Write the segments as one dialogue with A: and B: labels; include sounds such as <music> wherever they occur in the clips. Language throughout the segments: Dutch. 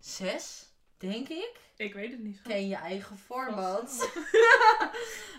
A: zes, denk ik.
B: Ik weet het niet.
A: Ken je eigen format.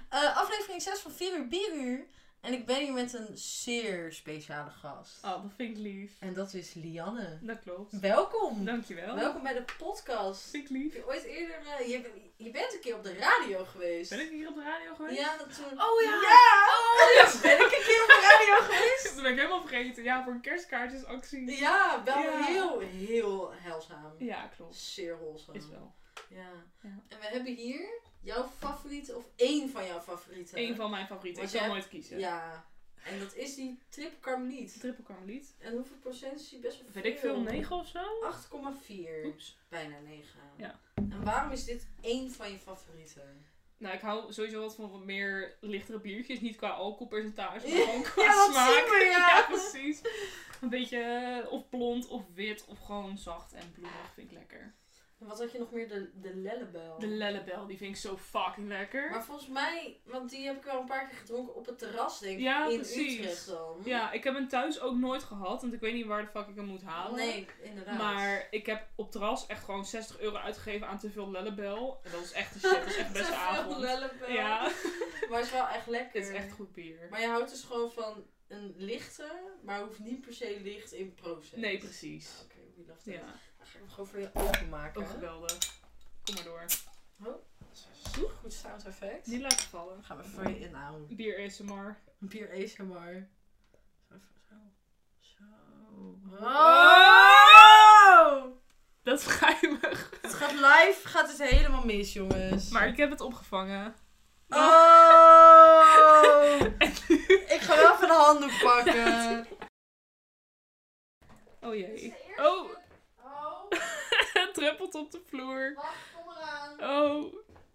A: Eh, aflevering 6 van 4 uur Bieruur. En ik ben hier met een zeer speciale gast.
B: Oh, dat vind ik lief.
A: En dat is Lianne.
B: Dat klopt.
A: Welkom!
B: Dankjewel.
A: Welkom bij de podcast.
B: Vind ik
A: Heb
B: lief.
A: je ooit eerder... eh, je, je bent een keer op de radio geweest.
B: Ben ik hier op de radio geweest?
A: Ja, dat toen...
B: Oh ja!
A: Oh ja, <laughs> ben ik een keer op de radio geweest?
B: <laughs> <laughs> Dat ben ik helemaal vergeten. Ja, voor een kerstkaartjesactie.
A: Ja, wel
B: Ja.
A: heel, heel heilzaam.
B: Ja, klopt.
A: Zeer wholesome.
B: Is wel.
A: Ja.
B: Ja.
A: En we hebben hier jouw favoriete, of één van jouw favorieten.
B: Eén van mijn favorieten. Ik
A: Want
B: kan
A: jij-
B: nooit kiezen.
A: Dus Ja. En dat is die triple karmeliet.
B: Triple karmeliet.
A: En hoeveel procent is die best wel
B: Weet ik veel, 9 of zo?
A: 8,4.
B: Oeps.
A: Bijna 9.
B: Ja.
A: En waarom is dit één van je favorieten?
B: Nou, ik hou sowieso wat van wat meer lichtere biertjes. Niet qua
A: <laughs>
B: alcoholpercentage, maar gewoon qua
A: Ja, dat
B: smaak.
A: zien we,
B: <laughs>
A: ja.
B: precies. Een beetje eh, of blond of wit of gewoon zacht en bloemig vind ik lekker.
A: En wat had je nog meer? De, de lellebel.
B: De lellebel, die vind ik zo fucking lekker.
A: maar volgens mij, want die heb ik wel een paar keer gedronken op het terras, denk ik.
B: Ja,
A: in
B: precies.
A: Utrecht dan.
B: Ja, ik heb hem thuis ook nooit gehad, want ik weet niet waar de fuck ik hem moet halen.
A: Nee, inderdaad.
B: Maar ik heb op terras echt gewoon 60 euro uitgegeven aan te veel lellebel. En dat is echt de shit, dat is echt best
A: <laughs> Te
B: een
A: veel
B: avond.
A: lellebel.
B: Ja, <laughs>
A: Maar het is wel echt lekker.
B: het is echt goed bier.
A: Maar je houdt dus gewoon van een lichte, maar hoeft niet per se licht in procent.
B: Nee, precies.
A: Oké, we love that.
B: Ja,
A: Dan ga ik hem gewoon voor je openmaken.
B: ook geweldig. Kom maar door.
A: Zo, goed sound effect.
B: Niet laten vallen.
A: Dan gaan we voor je inhouden.
B: Bier ASMR.
A: Bier ASMR. Zo, zo. Zo.
B: Oh! Dat is geheimig.
A: Het gaat live, gaat het helemaal mis, jongens.
B: Maar ik heb het opgevangen.
A: Oh! ik ga wel even de handdoek
B: <laughs>
A: pakken.
B: <laughs> Oh jee. Oh,
A: Oh,
B: het druppelt op de vloer.
A: wacht, kom eraan.
B: Oh,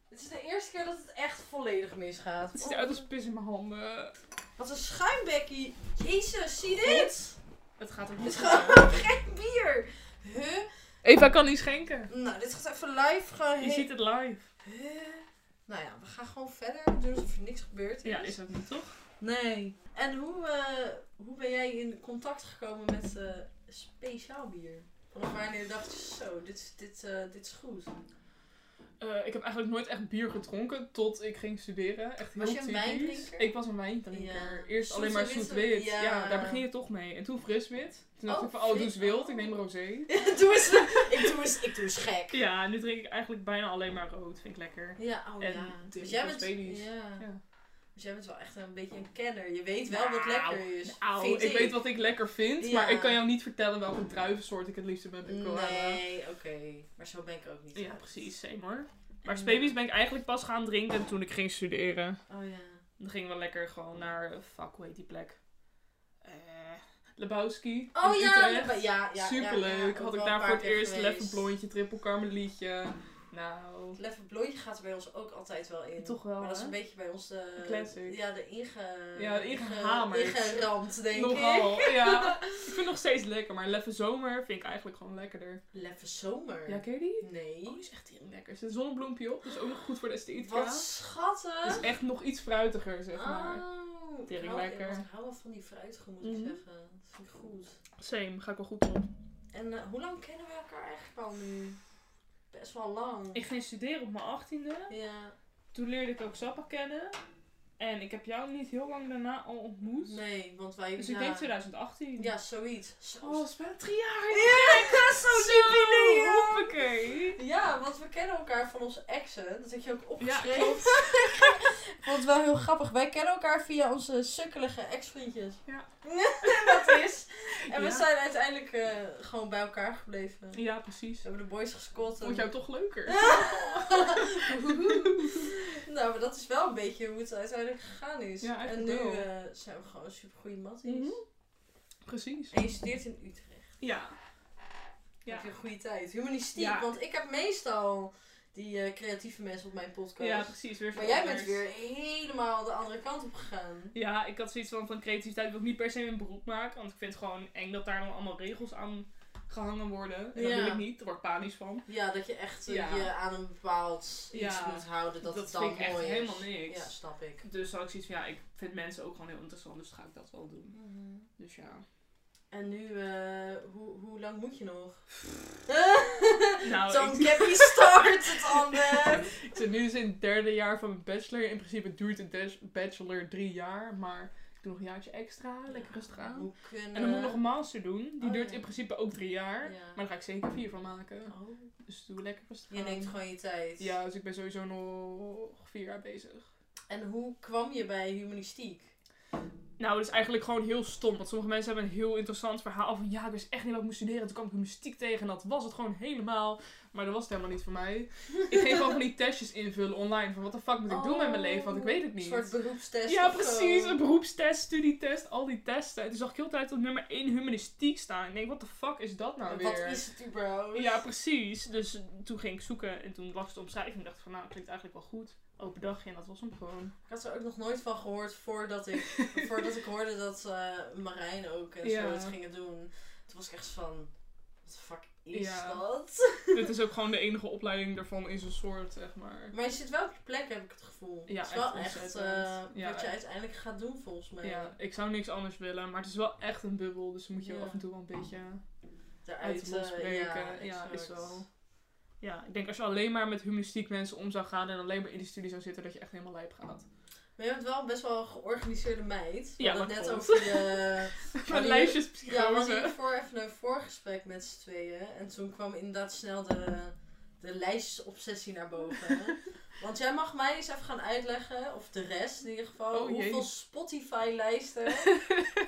A: Het is de eerste keer dat het echt volledig misgaat. Oh,
B: het ziet eruit als pis in mijn handen.
A: Wat een schuimbekkie. Jezus, zie dit?
B: Het gaat ook
A: Het is
B: niet.
A: gewoon geen bier. Huh?
B: Eva kan niet schenken.
A: Nou, dit gaat even live gewoon
B: Je
A: heen.
B: ziet het live.
A: Huh? Nou ja, we gaan gewoon verder. Doen alsof er niks gebeurd is.
B: Ja, is dat niet toch?
A: Nee. En hoe, eh, hoe ben jij in contact gekomen met eh, speciaal bier? Vanaf wanneer dacht je zo, dit, dit, eh, dit is
B: <laughs>
A: goed. <laughs>
B: Eh, ik heb eigenlijk nooit echt bier gedronken tot ik ging studeren. Echt heel
A: Was je een
B: typisch.
A: wijndrinker?
B: Ik was een wijndrinker.
A: Ja.
B: Eerst
A: Zoet
B: alleen
A: en
B: maar
A: wit,
B: zoet-wit.
A: ja.
B: Ja. daar begin je toch mee. En toen fris-wit. Toen dacht
A: Oh,
B: ik van, oh, doe eens
A: fris-
B: wild. Ik neem rosé.
A: doe eens, ik, doe eens, ik doe eens gek.
B: Ja, nu drink ik eigenlijk bijna alleen maar rood. Vind ik lekker.
A: Ja, oh
B: En
A: ja.
B: dit
A: Dus
B: is
A: jij,
B: voor
A: bent,
B: baby's.
A: ja.
B: Ja.
A: dus jij bent wel echt een beetje een kenner. Je weet wel wat
B: Nou,
A: lekker is.
B: Auw,
A: vind
B: ik, weet wat ik lekker vind. Maar
A: Ja.
B: ik kan jou niet vertellen welke druivensoort ik het liefste ben.
A: Nee, oké. Maar zo ben ik ook niet.
B: Ja,
A: echt.
B: precies. Same hoor.
A: En-
B: Maar Spabies ben ik eigenlijk pas gaan drinken toen ik ging studeren.
A: Oh ja.
B: Dan gingen we lekker gewoon naar, eh, fuck, hoe heet die plek? Eh Lebowski.
A: Oh
B: in
A: ja,
B: Utrecht.
A: ja, ja, ja. ja,
B: Superleuk.
A: ook
B: Had ik
A: wel
B: daar
A: een
B: voor
A: paar
B: het
A: keer
B: eerst
A: geweest.
B: lekker blondje, triple karmelietje. Nou,
A: Leffe blondje gaat er bij ons ook altijd wel in.
B: Toch wel,
A: Maar dat is
B: hè?
A: een beetje bij ons de...
B: Classic.
A: Ja, de inge...
B: Ja, de ingehamerd.
A: inge- Ingeramd, denk ik.
B: nogal. <laughs> ja. Ik vind het nog steeds lekker, maar Leffe Zomer vind ik eigenlijk gewoon lekkerder.
A: Leffe zomer.
B: Ja, ken je die?
A: Nee.
B: Oh, die is echt heel lekker. Er zit een zonnebloempje op, dus ook nog goed voor de esthetica.
A: Wat
B: Het
A: schattig.
B: is echt nog iets fruitiger, zeg maar.
A: Oh, ik
B: Tering
A: hou-
B: lekker.
A: Ik hou wel van die fruitgroen, moet
B: Mhm.
A: ik zeggen. Dat vind ik goed.
B: Same, ga ik wel goed op.
A: En eh, hoe lang kennen we elkaar eigenlijk al nu? Best wel lang.
B: Ik ging studeren op mijn achttiende.
A: Ja.
B: Toen leerde ik ook Zappa kennen. En ik heb jou niet heel lang daarna al ontmoet.
A: Nee, want wij...
B: Dus
A: ja.
B: ik denk 2018.
A: Ja, zoiets. Zo-
B: Oh, dat is bijna drie jaar.
A: Ja, zo jubileum.
B: Hoppakee.
A: Ja, want we kennen elkaar van onze exen. Dat heb je ook
B: Ja,
A: opgeschreven.
B: klopt.
A: <laughs> ik vond het wel heel grappig. Wij kennen elkaar via onze sukkelige ex-vriendjes.
B: Ja.
A: <laughs> dat is. En we
B: Ja.
A: zijn uiteindelijk eh, gewoon bij elkaar gebleven. We
B: Ja, precies.
A: hebben de boys gescot. en-
B: Vond jou toch leuker?
A: nou, maar dat is wel een beetje hoe het uiteindelijk gegaan is.
B: Ja,
A: en
B: eigenlijk
A: nu
B: wel.
A: eh, zijn we gewoon supergoeie matties.
B: Mhm. Precies.
A: En je studeert in Utrecht.
B: Ja.
A: Ja.
B: Ja.
A: Heb je een goede tijd. Humanistiek,
B: Ja.
A: want ik heb meestal die eh, creatieve mensen op mijn podcast.
B: Ja, precies. Weer
A: Maar
B: veel
A: jij bent
B: anders.
A: weer helemaal de andere kant op gegaan.
B: Ja, ik had zoiets van, van creativiteit wil ik niet per se mijn beroep maken. Want ik vind het gewoon eng dat daar dan allemaal regels aan gehangen worden. En
A: Ja.
B: dat wil ik niet. Daar word ik panisch van.
A: Ja, dat je echt eh,
B: Ja.
A: je aan een bepaald iets
B: Ja,
A: moet houden. Dat,
B: dat
A: het dan
B: vind ik echt
A: mooi is.
B: helemaal niks.
A: Ja, snap ik.
B: Dus had ik zoiets van, ja, ik vind mensen ook gewoon heel interessant. Dus ga ik dat wel doen. Dus ja.
A: En nu, eh, hoe, hoe lang moet je nog? <laughs>
B: Nou,
A: Zo'n
B: ik,
A: cappy start
B: <laughs>
A: het ander.
B: ik zit nu dus in het derde jaar van mijn bachelor. In principe duurt een des- bachelor drie jaar, maar ik doe nog een jaartje extra. Lekker rustig aan.
A: Hoe kunnen...
B: En dan moet eh, ik nog een master doen. Die
A: Oh,
B: duurt
A: ja.
B: in principe ook drie jaar.
A: Ja.
B: Maar daar ga ik zeker vier van maken.
A: Oh.
B: Dus doe lekker rustig
A: Je
B: aan.
A: neemt gewoon je tijd.
B: Ja, dus ik ben sowieso nog vier jaar bezig.
A: En hoe kwam je bij humanistiek?
B: Nou, dat is eigenlijk gewoon heel stom. Want sommige mensen hebben een heel interessant verhaal van... Ja, ik wist echt niet wat ik moest studeren. Toen kwam ik mystiek tegen en dat was het gewoon helemaal. Maar dat was het helemaal niet voor mij. Ik ging gewoon van die testjes invullen online. Van wat de fuck moet ik doen met mijn leven? Want ik weet het niet.
A: Oh, Een soort beroepstest
B: Ja,
A: of zo.
B: precies. Een beroepstest, studietest, al die testen. En toen zag ik heel de tijd op nummer 1 humanistiek staan. Ik denk, wat de fuck is dat nou
A: En
B: weer?
A: Wat is het überhaupt?
B: Ja, precies. Dus toen ging ik zoeken en toen las de omschrijving en dacht ik van nou, klinkt eigenlijk wel goed. Open dagje en dat was hem
A: <laughs>
B: gewoon.
A: Ik had er ook nog nooit van gehoord voordat ik,
B: <laughs>
A: voordat ik hoorde dat eh, Marijn ook en
B: Ja.
A: zo het gingen doen. Toen was ik echt van, wat de fuck is
B: Ja.
A: dat?
B: Dit is ook gewoon de enige opleiding daarvan in zijn soort, zeg maar.
A: Maar je zit wel op je plek, heb ik het gevoel.
B: Ja,
A: het is wel
B: echt
A: echt,
B: ontzettend.
A: eh,
B: Ja,
A: wat je
B: echt.
A: uiteindelijk gaat doen volgens mij.
B: Ja, ik zou niks anders willen, maar het is wel echt een bubbel, dus moet je
A: Ja.
B: af en toe wel een beetje uit
A: Daaruit
B: de
A: eh,
B: spreken. Ja,
A: exact.
B: is wel. Ja, ik denk als je alleen maar met humanistiek mensen om zou gaan en alleen maar in die studie zou zitten, dat je echt helemaal lijp gaat.
A: Maar je bent wel best wel een georganiseerde meid. We
B: Ja,
A: hadden
B: dat
A: net
B: klopt.
A: over de...
B: Mijn
A: die-
B: lijstjes
A: Ja, we
B: psychose.
A: hadden hiervoor even een voorgesprek met z'n tweeën. En toen kwam inderdaad snel de, de lijstobsessie naar
B: <laughs>
A: boven. Want jij mag mij eens even gaan uitleggen, of de rest in ieder geval,
B: Oh, jee.
A: hoeveel
B: <laughs>
A: Spotify-lijsten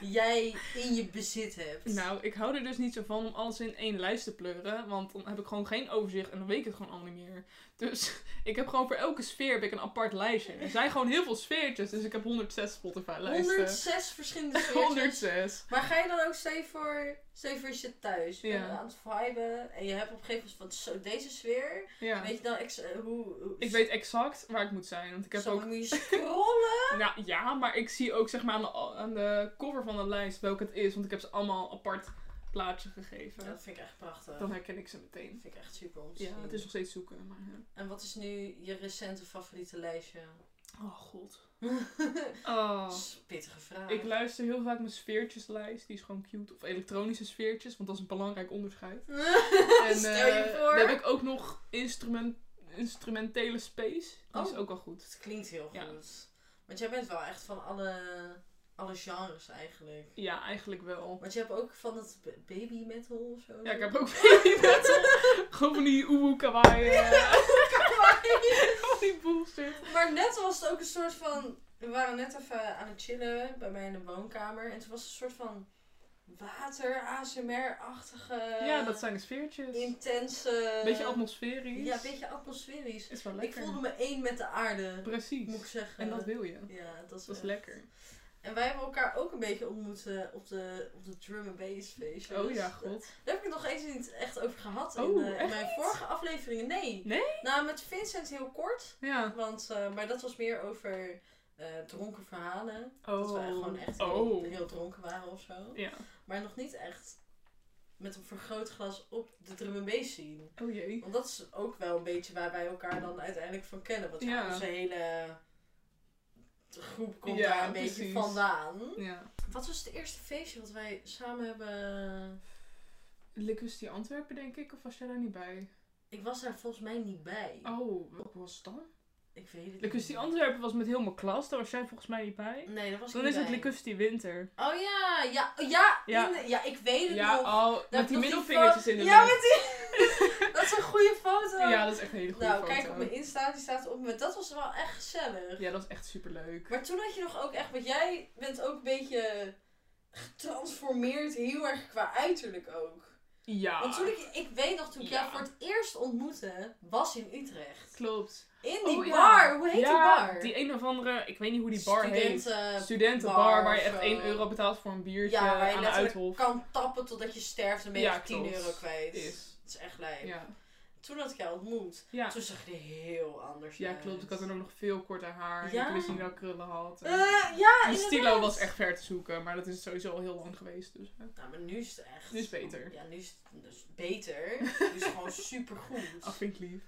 A: jij in je bezit hebt.
B: Nou, ik hou er dus niet zo van om alles in één lijst te pleuren. Want dan heb ik gewoon geen overzicht en dan weet ik het gewoon allemaal niet meer. Dus <laughs> ik heb gewoon voor elke sfeer heb ik een apart lijstje. Er zijn gewoon heel veel sfeertjes, dus ik heb 106 Spotify-lijsten.
A: 106
B: <laughs>
A: verschillende sfeertjes.
B: 106.
A: Maar ga je dan ook, stel je voor, stel je voor je zit thuis, je
B: Ja.
A: bent aan het viben en je hebt op een gegeven moment van zo, deze sfeer,
B: Ja.
A: weet je dan ex- eh, hoe, hoe-
B: Ik weet exact waar ik moet zijn. Want ik heb
A: zo
B: ook.
A: moet je
B: <laughs>
A: scrollen.
B: Nou, ja, maar ik zie ook zeg maar aan de, aan de cover van de lijst welke het is. Want ik heb ze allemaal een apart plaatje gegeven.
A: Dat vind ik echt prachtig.
B: Dan herken ik ze meteen.
A: Dat vind ik echt super om te
B: Ja,
A: zien.
B: het is nog steeds zoeken. Maar, hè.
A: En wat is nu je recente favoriete
B: <laughs>
A: lijstje?
B: Oh god. Oh.
A: Pittige vraag.
B: Ik luister heel vaak mijn sfeertjeslijst, die is gewoon cute. Of elektronische sfeertjes, want dat is een belangrijk
A: <laughs>
B: onderscheid. En,
A: <laughs> Stel je
B: eh,
A: voor.
B: Dan heb ik ook nog instrument, instrumentele space. Die is
A: Oh.
B: ook al goed.
A: Het klinkt heel goed.
B: Ja.
A: Want jij bent wel echt van alle, alle genres eigenlijk.
B: Ja, eigenlijk wel.
A: Want je hebt ook van dat b- baby metal of zo.
B: Ja, ik
A: <laughs>
B: heb ook <laughs> baby metal. gewoon van die uwu kawaii. eh, <laughs> Al die bullshit.
A: maar net was het ook een soort van. We waren net even aan het chillen bij mij in de woonkamer. En toen was het een soort van water, ASMR-achtige.
B: ja, dat zijn de sfeertjes.
A: Intense.
B: beetje atmosferisch.
A: eh, Ja, beetje atmosferisch.
B: Is wel
A: Ik
B: lekker.
A: voelde me één met de aarde. moet ik
B: Precies.
A: zeggen.
B: En dat wil je.
A: Ja, dat is,
B: Dat is
A: echt-
B: lekker.
A: En wij hebben elkaar ook een beetje ontmoet eh, op de, op de drum and bass feestjes. Eh,
B: Oh ja, god.
A: Daar heb ik het nog eens niet echt over gehad in,
B: Oh,
A: eh, in
B: echt
A: mijn vorige afleveringen. Nee.
B: Nee?
A: Nou, met Vincent heel kort.
B: Ja.
A: Want, eh, maar dat was meer over eh, dronken verhalen.
B: Oh.
A: Dat we gewoon echt heel,
B: Oh.
A: heel dronken waren of zo.
B: Ja.
A: Maar nog niet echt met een vergrootglas op de drum and bass zien.
B: Oh jee.
A: Want dat is ook wel een beetje waar wij elkaar dan uiteindelijk van kennen. Want
B: Ja.
A: ja. onze hele groep komt
B: Ja,
A: daar een beetje
B: precies.
A: vandaan.
B: Ja.
A: Wat was het eerste feestje wat wij samen hebben...
B: Liquidity Antwerpen, denk ik, of was jij daar niet bij?
A: Ik was daar volgens mij niet bij.
B: Oh, wat was het dan?
A: Ik weet het
B: Liquidity
A: niet.
B: Antwerpen was met heel mijn klas, daar was jij volgens mij niet bij.
A: Nee, dat was ik
B: Dan
A: niet
B: is het
A: bij.
B: Liquidity Winter.
A: Oh ja, ja, oh ja,
B: Ja.
A: in de- ja, ik weet het
B: Ja,
A: nog.
B: oh,
A: Dat
B: met die
A: nog die
B: middelvingertjes
A: fo-
B: in de
A: Ja,
B: lucht.
A: met die... <laughs> dat is een goede foto.
B: Ja, dat is echt een hele goede
A: nou,
B: foto.
A: kijk op mijn Insta, die staat op. Maar dat was wel echt gezellig.
B: Ja, dat is echt superleuk.
A: Maar toen had je nog ook echt, want jij bent ook een beetje getransformeerd, heel erg qua uiterlijk ook.
B: Ja,
A: Want toen ik, ik weet nog, toen ik jou
B: Ja.
A: voor het eerst ontmoette, was in Utrecht.
B: klopt.
A: In die
B: Oh, ja.
A: bar, hoe heet
B: Ja,
A: die bar?
B: die een of andere, ik weet niet hoe die bar heet.
A: Studenten-
B: Studentenbar, waar je
A: of
B: echt
A: zo.
B: 1 euro betaalt voor een biertje
A: ja, waar je
B: aan de
A: letterlijk
B: Uithof.
A: kan tappen totdat je sterft en ben je
B: Ja,
A: echt 10
B: klopt.
A: euro kwijt.
B: Is.
A: Dat is echt lijp.
B: Ja.
A: Toen had ik jou ontmoet,
B: Ja.
A: toen zag je er heel anders
B: ja,
A: uit.
B: klopt. Ik had toen ook nog veel korter haar.
A: Ja.
B: Ik wist niet welke krullen had.
A: Eh, ja,
B: Die
A: inderdaad.
B: stilo was echt ver te zoeken, maar dat is sowieso al heel lang geweest. Dus, hè.
A: Nou, maar nu is het echt...
B: Nu is het beter. <laughs>
A: Ja, nu is het dus beter. nu is het gewoon supergoed.
B: Ach, oh, vind ik lief.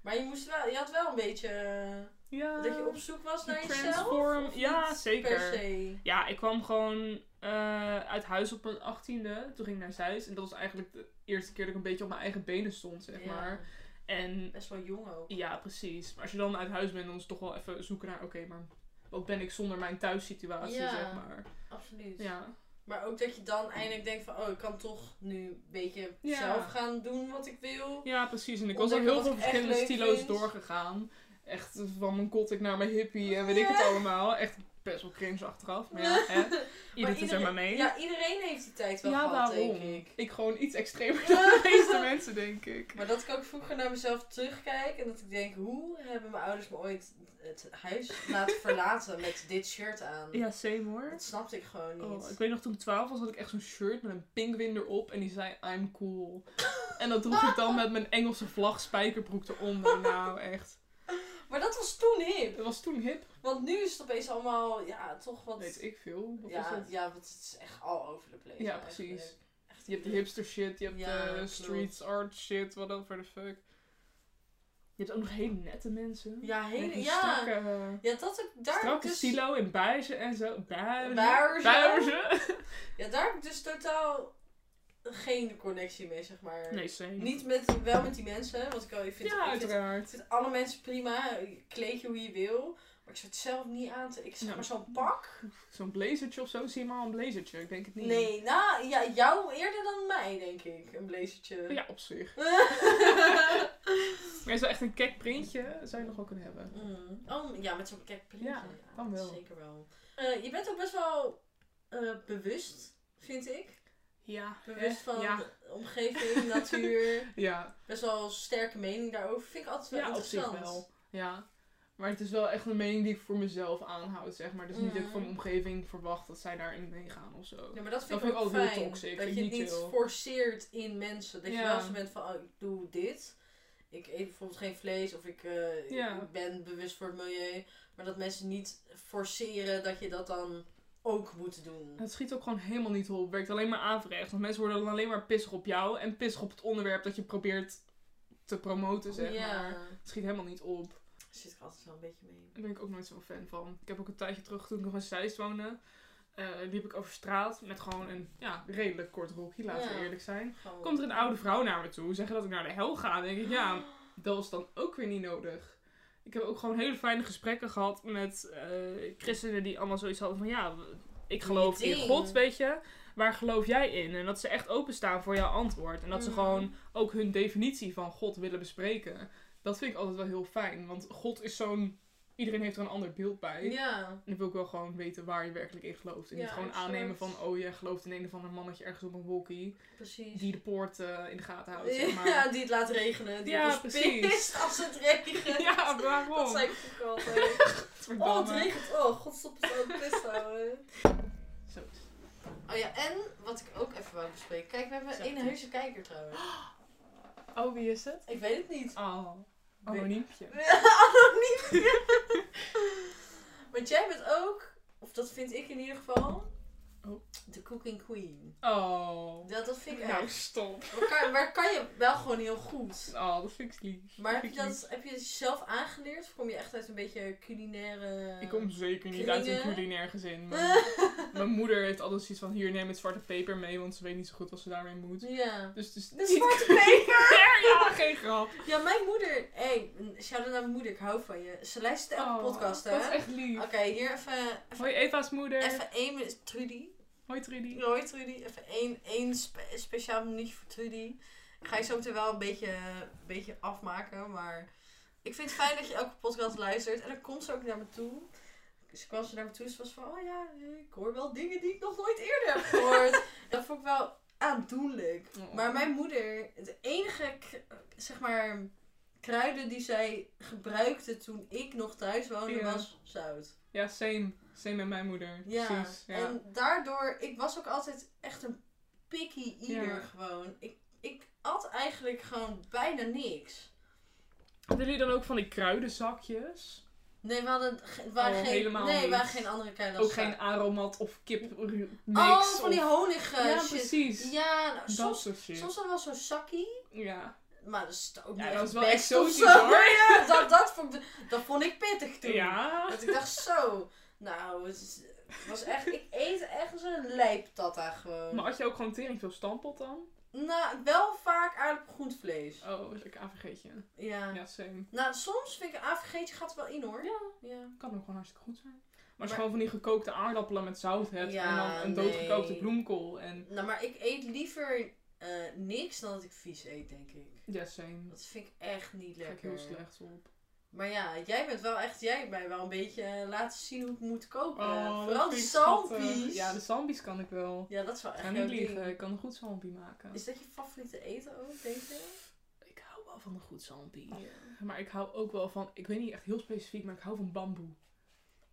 A: Maar je, moest wel, je had wel een beetje... eh,
B: Ja.
A: dat je op zoek was naar jezelf?
B: transform.
A: of
B: Ja,
A: niet
B: zeker.
A: Per se.
B: Ja, ik kwam gewoon eh, uit huis op mijn achttiende. Toen ging ik naar Zeist. En dat was eigenlijk de eerste keer dat ik een beetje op mijn eigen benen stond, zeg
A: Ja,
B: maar. En
A: Best wel jong ook.
B: ja, precies. Maar als je dan uit huis bent, dan is het toch wel even zoeken naar... Oké, maar wat ben ik zonder mijn thuissituatie,
A: Ja.
B: zeg maar.
A: Absoluut.
B: Ja.
A: Maar ook dat je dan eindelijk denkt van, oh, ik kan toch nu een beetje
B: Ja.
A: zelf gaan doen wat ik wil.
B: ja, precies. En ik was al
A: Ontdekken
B: heel
A: wat
B: veel
A: ik echt
B: verschillende
A: leuk
B: stilo's
A: vind.
B: doorgegaan. Echt van mijn gothic naar mijn hippie en weet ik het
A: Ja.
B: allemaal. Echt best wel cringe achteraf. Maar ja,
A: <laughs>
B: hè. Ieder doet er
A: iedereen-
B: maar mee.
A: Ja, iedereen heeft die tijd wel
B: Ja,
A: gehad,
B: daarom.
A: denk ik.
B: Ik gewoon iets
A: <laughs>
B: extremer dan de meeste mensen, denk ik.
A: Maar dat ik ook vroeger naar mezelf terugkijk en dat ik denk, hoe hebben mijn ouders me ooit het huis
B: <laughs>
A: laten verlaten met dit shirt aan?
B: Ja, same hoor.
A: Dat snapte ik gewoon niet.
B: Oh, ik weet nog toen ik 12 was, had ik echt zo'n shirt met een pinguïn erop en die zei I'm cool. En dat droeg ik dan met mijn Engelse vlag spijkerbroek eronder.
A: <laughs>
B: Nou, echt.
A: Maar dat was toen hip.
B: Dat was toen hip,
A: Want nu is het opeens allemaal, ja, toch wat...
B: weet ik veel. Wat was
A: ja,
B: het?
A: ja, want het is echt al over de place.
B: Ja,
A: eigenlijk.
B: precies.
A: Echt
B: Je hebt de
A: heel-
B: hipster shit, je hebt
A: Ja,
B: de
A: klopt.
B: streets art shit, whatever the fuck. Je hebt ook nog hele nette mensen.
A: Ja,
B: Met
A: hele...
B: die
A: Ja,
B: strakke, eh,
A: ja dat heb ik daar... heb ik
B: strakke
A: dus-
B: silo in beige en zo. Beige.
A: Beige.
B: Beige.
A: Ja, daar heb ik dus totaal geen connectie mee, zeg maar.
B: Nee, same.
A: Niet met, wel met die mensen, want ik, wel- ik vind,
B: ja,
A: ik vind
B: uiteraard.
A: Ik vind alle mensen prima, kleed je hoe je wil. Maar ik zou het zelf niet aan te... Ik zeg
B: Nou.
A: maar zo'n pak.
B: Zo'n blazertje of zo, zie je maar al een blazertje. Ik denk het niet.
A: Nee, nou, ja, jou eerder dan mij, denk ik. Een blazertje.
B: Ja, op
A: <laughs>
B: zich. Maar het is wel echt een kek printje, zou je nog wel kunnen hebben.
A: Mm. Oh, ja, met zo'n kekprintje.
B: Ja, dan wel.
A: Zeker wel. Eh, je bent ook best wel eh, bewust, vind ik.
B: Ja.
A: Bewust van
B: Ja,
A: de omgeving,
B: <laughs>
A: natuur.
B: ja.
A: Best wel sterke mening daarover. Vind ik altijd wel
B: ja op zich
A: interessant.
B: wel. Ja. Maar het is wel echt een mening die ik voor mezelf aanhoud, zeg maar. Dus niet dat ik van mijn omgeving verwacht dat zij daarin meegaan of zo.
A: Mhm. Ja, maar dat vind
B: Dat
A: ik ook
B: vind ik ook heel
A: fijn.
B: toxic.
A: Dat
B: Vind
A: je
B: ik
A: het
B: niet
A: niet
B: chill.
A: forceert in mensen. Dat je
B: Ja.
A: wel zo bent van, oh, ik doe dit. Ik eet bijvoorbeeld geen vlees of ik, eh,
B: Ja.
A: ik ben bewust voor het milieu. Maar dat mensen niet forceren dat je dat dan ook moet doen.
B: Het schiet ook gewoon helemaal niet op. Het werkt alleen maar averechts. Want mensen worden dan alleen maar pissig op jou en pissig op het onderwerp dat je probeert te promoten, zeg
A: ja,
B: maar. Het schiet helemaal niet op.
A: daar zit ik altijd wel een beetje mee.
B: Daar ben ik ook nooit zo'n fan van. Ik heb ook een tijdje terug, toen ik nog in Zeist woonde, eh, liep ik over straat met gewoon een ja, redelijk kort rokje, laten we
A: Ja.
B: eerlijk zijn.
A: Gewoon-
B: Komt er een oude vrouw naar me toe, zeggen dat ik naar de hel ga. Dan denk ik, ja, dat is dan ook weer niet nodig. Ik heb ook gewoon hele fijne gesprekken gehad met eh, christenen die allemaal zoiets hadden van, ja, ik geloof
A: Doe je
B: in
A: ding.
B: God, weet je. Waar geloof jij in? En dat ze echt openstaan voor jouw antwoord. En dat ze
A: Mm.
B: gewoon ook hun definitie van God willen bespreken. Dat vind ik altijd wel heel fijn. Want God is zo'n... Iedereen heeft er een ander beeld bij.
A: Ja,
B: En dan wil ik wel gewoon weten waar je werkelijk in gelooft. En
A: Ja,
B: niet gewoon
A: exact.
B: aannemen van... Oh, jij gelooft in een of ander mannetje ergens op een wolkie.
A: precies.
B: Die de poort eh, in de
A: <laughs>
B: gaten houdt, zeg maar.
A: Ja, die het laat regenen. Die
B: Ja,
A: ja,
B: precies.
A: precies. als het regent.
B: <laughs> <laughs> Ja,
A: Dat
B: waarom?
A: zei ik ook altijd. Oh, het
B: Verdamme.
A: regent. Oh, god, stop het ook. Pist houden.
B: Zo.
A: Oh ja, en wat ik ook even wou bespreken. Kijk, we hebben
B: Zeg
A: één
B: het eens.
A: heuse kijker trouwens.
B: Oh, wie is het?
A: Ik weet het niet.
B: Oh, anoniempje.
A: <laughs> Anoniem. <laughs> Want jij bent ook, of dat vind ik in ieder geval,
B: Oh.
A: de cooking queen.
B: Oh.
A: Dat, dat vind ik
B: Nou,
A: echt.
B: stop.
A: Maar kan, maar kan je wel gewoon heel goed.
B: Oh, dat vind ik lief.
A: Maar heb je
B: Vind ik lief.
A: dat heb je het zelf aangeleerd? Of kom je echt uit een beetje culinaire...
B: Ik kom zeker niet uit een
A: Ehm, kringen.
B: culinair gezin. maar
A: <laughs>
B: mijn moeder heeft altijd zoiets van: hier neem het zwarte peper mee, want ze weet niet zo goed wat ze daarmee moet.
A: Ja.
B: Dus het is
A: De
B: niet <laughs>
A: zwarte peper!
B: culinair, ja, geen grap.
A: Ja, mijn moeder... Hé, hey, shout-out naar mijn moeder. Ik hou van je. Ze luistert elke
B: Oh,
A: podcast, hè?
B: Dat is echt
A: Oké,
B: lief.
A: hier even, even,
B: Hoi Eva's moeder.
A: even één minuut. Trudy.
B: Hoi Trudy.
A: Nooit Trudy. Even één, één spe- speciaal minuutje voor Trudy. Ik ga je zo meteen wel een beetje, een beetje afmaken. Maar ik vind het fijn dat je elke podcast luistert. En dan komt ze ook naar me toe. Ze kwam ze naar me toe. Ze was van, oh ja, ik hoor wel dingen die ik nog nooit eerder heb gehoord. <laughs> dat vond ik wel aandoenlijk.
B: Oh.
A: Maar mijn moeder, de enige, k- zeg maar, kruiden die zij gebruikte toen ik nog thuis woonde,
B: Ja.
A: was zout.
B: Ja, same. Same met mijn moeder.
A: Ja,
B: Precies. Ja.
A: en daardoor, ik was ook altijd echt een picky eater
B: Ja.
A: gewoon. Ik, ik at eigenlijk gewoon bijna niks.
B: Hadden jullie dan ook van die kruidenzakjes?
A: Nee, we hadden, ge- we waren
B: Oh,
A: geen,
B: helemaal
A: nee, we
B: niet.
A: waren geen andere kei dan
B: ook
A: sla.
B: geen aromat of kip ru- mix.
A: Oh, van die
B: of...
A: honige
B: Ja,
A: shit.
B: precies.
A: Ja, nou,
B: Dat
A: soms,
B: soort shit.
A: soms dan wel zo'n zakkie.
B: Ja.
A: maar dat is ook
B: Ja,
A: niet
B: dat
A: echt
B: is wel
A: best
B: exotisch,
A: of zo. <laughs>
B: hoor.
A: Ja, dat, dat, vond ik, dat vond ik pittig toen.
B: Ja.
A: Want ik dacht zo, nou, het is- het was echt, ik eet echt als een lijp dat daar gewoon.
B: Maar had je ook gewoon tering veel stamppot dan?
A: Nou, wel vaak aardappel groent vlees.
B: Oh, lekker AVG'tje.
A: Ja.
B: Ja, same.
A: Nou, soms vind ik een AVG'tje gaat er wel in hoor.
B: Ja.
A: Ja.
B: Kan ook gewoon hartstikke goed zijn. Maar als
A: Maar-
B: je gewoon van die gekookte aardappelen met zout hebt
A: Ja,
B: en dan een
A: nee.
B: doodgekookte bloemkool en...
A: Nou, maar ik eet liever eh, niks dan dat ik vies eet, denk ik.
B: Ja, same.
A: Dat vind ik echt niet
B: Daar ga ik
A: lekker.
B: heel slecht op.
A: Maar ja, jij bent wel echt, jij hebt mij wel een beetje eh, laten zien hoe ik moet koken.
B: Oh,
A: Vooral
B: vind
A: de
B: ik schattig.
A: zalmpies.
B: Ja, de zombies kan ik wel.
A: Ja, dat is wel
B: Ik ga
A: echt
B: niet
A: jouw
B: liegen,
A: ding.
B: ik kan een goed zombie maken.
A: Is dat je favoriete eten ook, denk je?
B: Ik hou wel van een goed zombie. Maar ik hou ook wel van, ik weet niet echt heel specifiek, maar ik hou van bamboe.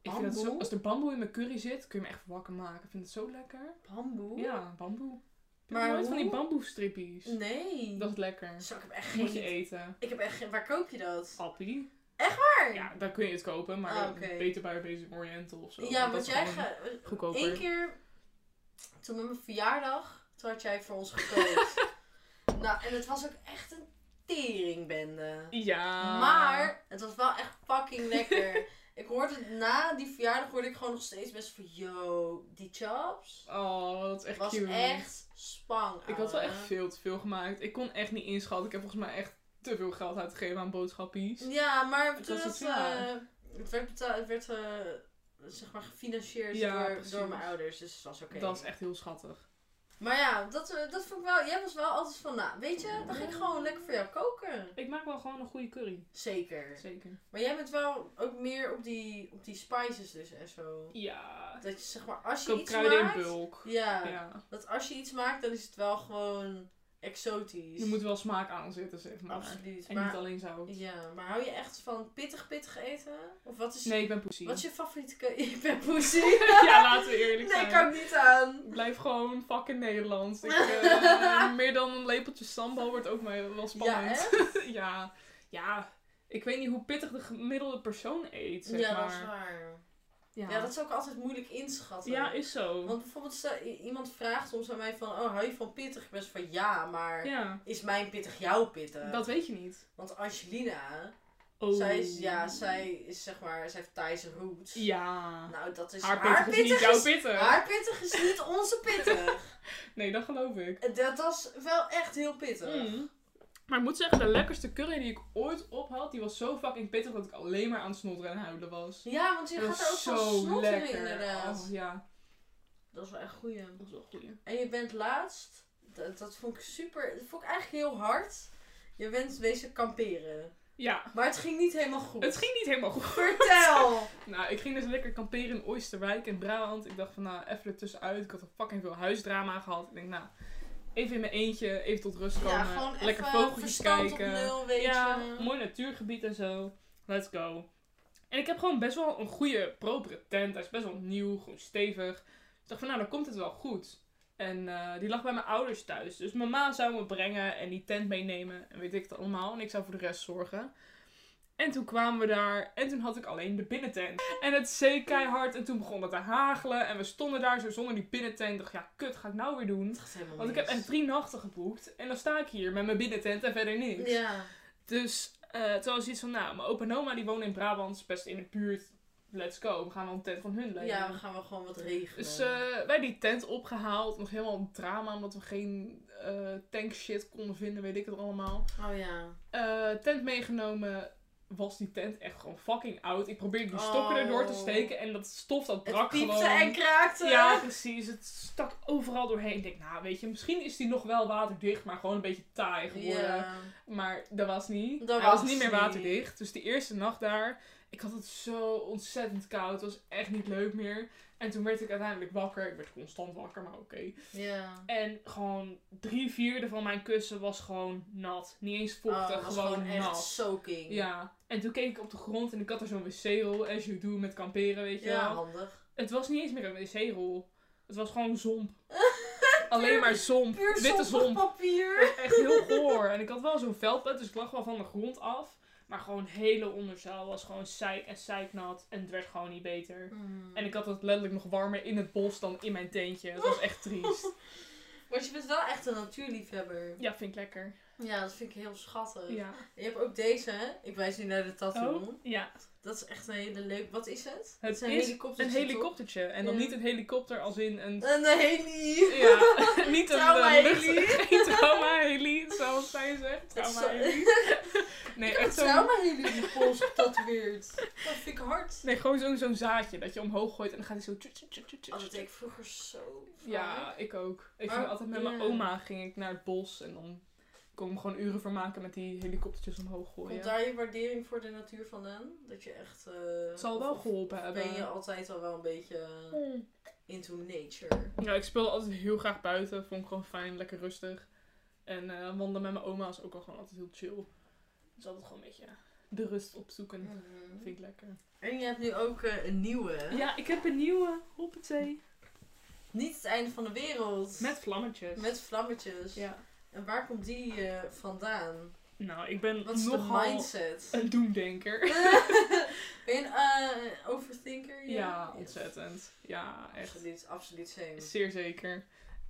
B: Ik vind dat zo,
A: Bamboe?
B: als er bamboe in mijn curry zit, kun je me echt wakker maken. Ik vind het zo lekker.
A: Bamboe?
B: Ja, bamboe. Maar
A: Maar
B: nooit van die
A: hoe? Mm.
B: bamboestrippies.
A: Nee.
B: Dat is lekker.
A: Zo, ik heb echt
B: Moet je
A: geen...
B: eten.
A: Ik heb echt geen... Waar koop je dat?
B: Appie.
A: Waar?
B: Ja, daar kun je het kopen, maar
A: Ah, oké.
B: beter bij Basic Oriental of zo.
A: Ja,
B: Dat
A: want
B: is
A: jij
B: gewoon
A: gaat...
B: goedkoper.
A: Eén keer, toen met mijn verjaardag, toen had jij voor ons
B: <laughs>
A: gekookt. nou, en het was ook echt een teringbende.
B: Ja.
A: Maar het was wel echt fucking lekker. <laughs> ik hoorde het na die verjaardag, hoorde ik gewoon nog steeds best van, yo, die chops
B: Oh, dat is echt
A: was
B: cute.
A: echt Ah. spang.
B: Ik had wel
A: ouwe.
B: echt veel te veel gemaakt. Ik kon echt niet inschatten. Ik heb volgens mij echt te veel geld uitgegeven aan boodschappies.
A: Ja, maar
B: Het
A: toen het,
B: was het zwaar.
A: eh, het werd, betaald, het werd eh, zeg maar gefinancierd
B: Ja,
A: door,
B: precies.
A: door mijn ouders, dus het was oké.
B: Dat is echt heel schattig.
A: Maar ja, dat, eh, dat vond ik wel. Jij was wel altijd van, nou, weet je, dan ga ik gewoon lekker voor jou koken.
B: Ik maak wel gewoon een goede curry.
A: Zeker.
B: Zeker.
A: Maar jij bent wel ook meer op die, op die spices dus en zo.
B: Ja.
A: Dat je zeg maar, als
B: Ik
A: je
B: koop
A: iets
B: kruiden
A: maakt...
B: in bulk.
A: Ja,
B: Ja.
A: dat als je iets maakt, dan is het wel gewoon exotisch.
B: Je moet wel smaak aanzetten, zeg maar.
A: Absoluut.
B: En niet
A: Maar,
B: alleen zout.
A: ja, maar hou je echt van pittig, pittig eten? Of wat is,
B: Nee, ik ben poesie.
A: wat is <laughs> je favoriete keuken? Ik ben poesie.
B: <laughs> ja, laten we eerlijk
A: nee,
B: zijn.
A: ik kan niet aan.
B: Ik Blijf gewoon fucking
A: <laughs>
B: Nederlands. Ik, eh, meer dan een lepeltje sambal wordt ook mij wel <laughs>
A: Ja,
B: spannend.
A: echt?
B: Ja, ja. Ik weet niet hoe pittig de gemiddelde persoon eet, zeg
A: ja,
B: maar.
A: dat is waar. Ja. dat is ook altijd moeilijk inschatten.
B: Ja, is zo.
A: Want bijvoorbeeld, stel, i- iemand vraagt soms aan mij van, oh, hou je van pittig? Ik ben zo van, ja, maar
B: Ja,
A: is mijn pittig jouw pittig?
B: dat weet je niet.
A: Want Angelina,
B: Oh.
A: zij is, ja, zij is zeg maar, zij heeft Thaise roots.
B: Ja.
A: Nou, dat is
B: haar pittig is niet jouw pittig.
A: Haar pittig is niet onze
B: <laughs>
A: pittig.
B: Nee, dat geloof ik.
A: dat was wel echt heel pittig.
B: Mm. Maar ik moet zeggen, de lekkerste curry die ik ooit op had, die was zo fucking pittig dat ik alleen maar aan het snotteren en huilen was.
A: Ja, want je
B: Dat
A: gaat er ook
B: was
A: van
B: zo
A: snotteren
B: lekker.
A: inderdaad.
B: Oh, ja,
A: Dat is wel echt goeie.
B: dat was wel goed.
A: En je bent laatst, dat, dat vond ik super, dat vond ik eigenlijk heel hard. Je bent wezen kamperen.
B: Ja,
A: Maar het ging niet helemaal goed.
B: het ging niet helemaal goed. <laughs>
A: Vertel!
B: Nou, ik ging dus lekker kamperen in Oosterwijk in Brabant. Ik dacht van, nou, even ertussenuit. Ik had er fucking veel huisdrama gehad. Ik denk, nou, even in mijn eentje, even tot rust komen.
A: <laughs> Ja, gewoon
B: lekker
A: even
B: vogeltjes
A: verstand
B: kijken.
A: op nul, weet
B: ja,
A: je.
B: mooi natuurgebied en zo. Let's go. En ik heb gewoon best wel een goede, propere tent. Hij is best wel nieuw, gewoon stevig. Dus ik dacht van, nou, dan komt het wel goed. En eh, die lag bij mijn ouders thuis. Dus mama zou me brengen en die tent meenemen. En weet ik het allemaal. En ik zou voor de rest zorgen. En toen kwamen we daar. En toen had ik alleen de binnentent. En het zee keihard. En toen begon het te hagelen. En we stonden daar zo zonder die binnentent. Ik dacht, ja, kut, ga ik nou weer doen?
A: Het gaat helemaal
B: Want ik heb
A: mis.
B: echt drie nachten geboekt. En dan sta ik hier met mijn binnentent en verder niks.
A: Ja.
B: Dus eh toen was iets van, nou, mijn opa en oma die wonen in Brabant, is best in de buurt. Let's go, we gaan wel een tent van hun lenen.
A: ja, we gaan wel gewoon wat regelen.
B: dus eh, wij die tent opgehaald, nog helemaal een drama omdat we geen eh, tank tankshit konden vinden, weet ik het allemaal.
A: oh ja.
B: Eh, tent meegenomen, was die tent echt gewoon fucking oud. Ik probeerde die
A: Oh.
B: stokken erdoor te steken en dat stof dat
A: Het
B: brak
A: piepte
B: gewoon.
A: en kraakte.
B: Ja, precies. Het stak overal doorheen. Ik denk, nou weet je, misschien is die nog wel waterdicht, maar gewoon een beetje taai geworden.
A: Ja.
B: Maar dat was niet.
A: Dat
B: Hij was,
A: was
B: niet meer
A: niet.
B: waterdicht. Dus die eerste nacht daar, ik had het zo ontzettend koud. Het was echt niet leuk meer. En toen werd ik uiteindelijk wakker. Ik werd constant wakker, maar oké.
A: Ja.
B: En gewoon drie vierde van mijn kussen was gewoon nat. Niet eens
A: Oh,
B: vochtig,
A: het was
B: gewoon,
A: gewoon echt
B: nat.
A: soaking.
B: Ja. En toen keek ik op de grond en ik had er zo'n wc-rol. As you do met kamperen, weet je
A: Ja,
B: wel.
A: handig.
B: Het was niet eens meer een wc-rol. Het was gewoon zomp. <laughs> Alleen maar
A: <laughs>
B: zomp.
A: Puur
B: Witte zomp.
A: papier.
B: Het was echt heel goor. En ik had wel zo'n veldpet, dus ik lag wel van de grond af. Maar gewoon hele onderzaal was gewoon zeik en zeiknat. En het werd gewoon niet beter. En ik had het letterlijk nog warmer in het bos dan in mijn teentje. Het was echt triest.
A: Want je bent wel echt een natuurliefhebber.
B: Ja, vind ik lekker.
A: Ja, dat vind ik heel schattig.
B: Ja. Oh,
A: Je hebt ook deze, hè? ik wijs nu naar de tattoo.
B: Ja.
A: Dat is echt een hele leuk. Wat is het?
B: Het
A: zijn
B: is Een
A: helikopters, toch?
B: helikoptertje. En dan
A: Ja.
B: niet een helikopter als in
A: <laughs>
B: een...
A: Een heli.
B: Ja, <laughs> niet een eh, lucht...
A: Trauma-heli.
B: Geen trauma-heli, zoals zij zegt.
A: Dat is zo- <laughs>
B: Trauma-heli. Nee,
A: ik heb
B: echt
A: een
B: zo'n...
A: trauma-heli in mijn pols getatoeëerd. Dat vind ik hard.
B: Nee, gewoon zo'n zo'n zaadje dat je omhoog gooit en dan gaat hij zo... tju- tju- tju- tju- tju-
A: Oh, dat deed
B: tju-
A: ik vroeger zo vaak.
B: Ja, ik ook. Ik
A: Maar-
B: ging altijd met mijn
A: ja.
B: oma ging ik naar het bos en dan kon ik me gewoon uren vermaken met die helikoptertjes omhoog
A: Komt
B: gooien.
A: daar je waardering voor de natuur vandaan? Dat je echt... eh,
B: Het zal
A: of-
B: wel
A: of
B: geholpen hebben.
A: Ben je altijd al wel een beetje eh,
B: Mm.
A: into nature?
B: Ja, ik speelde altijd heel graag buiten. Vond ik gewoon fijn, lekker rustig. En eh wandelen met mijn oma is ook al gewoon altijd heel chill. Dus altijd gewoon een beetje de rust opzoeken.
A: Mhm.
B: Dat Mm. vind ik lekker.
A: En je hebt nu ook eh, een nieuwe. hè?
B: Ja, ik heb een nieuwe hoppatee.
A: Niet het einde van de wereld.
B: Met vlammetjes.
A: Met vlammetjes.
B: Ja.
A: En waar komt die eh, vandaan?
B: Nou, ik ben
A: Wat is
B: nogal
A: de mindset?
B: een doemdenker.
A: <laughs> ben je een eh, overthinker?
B: Ja,
A: Yes.
B: ontzettend. Ja, echt.
A: Absoluut, absoluut same.
B: Zeer zeker.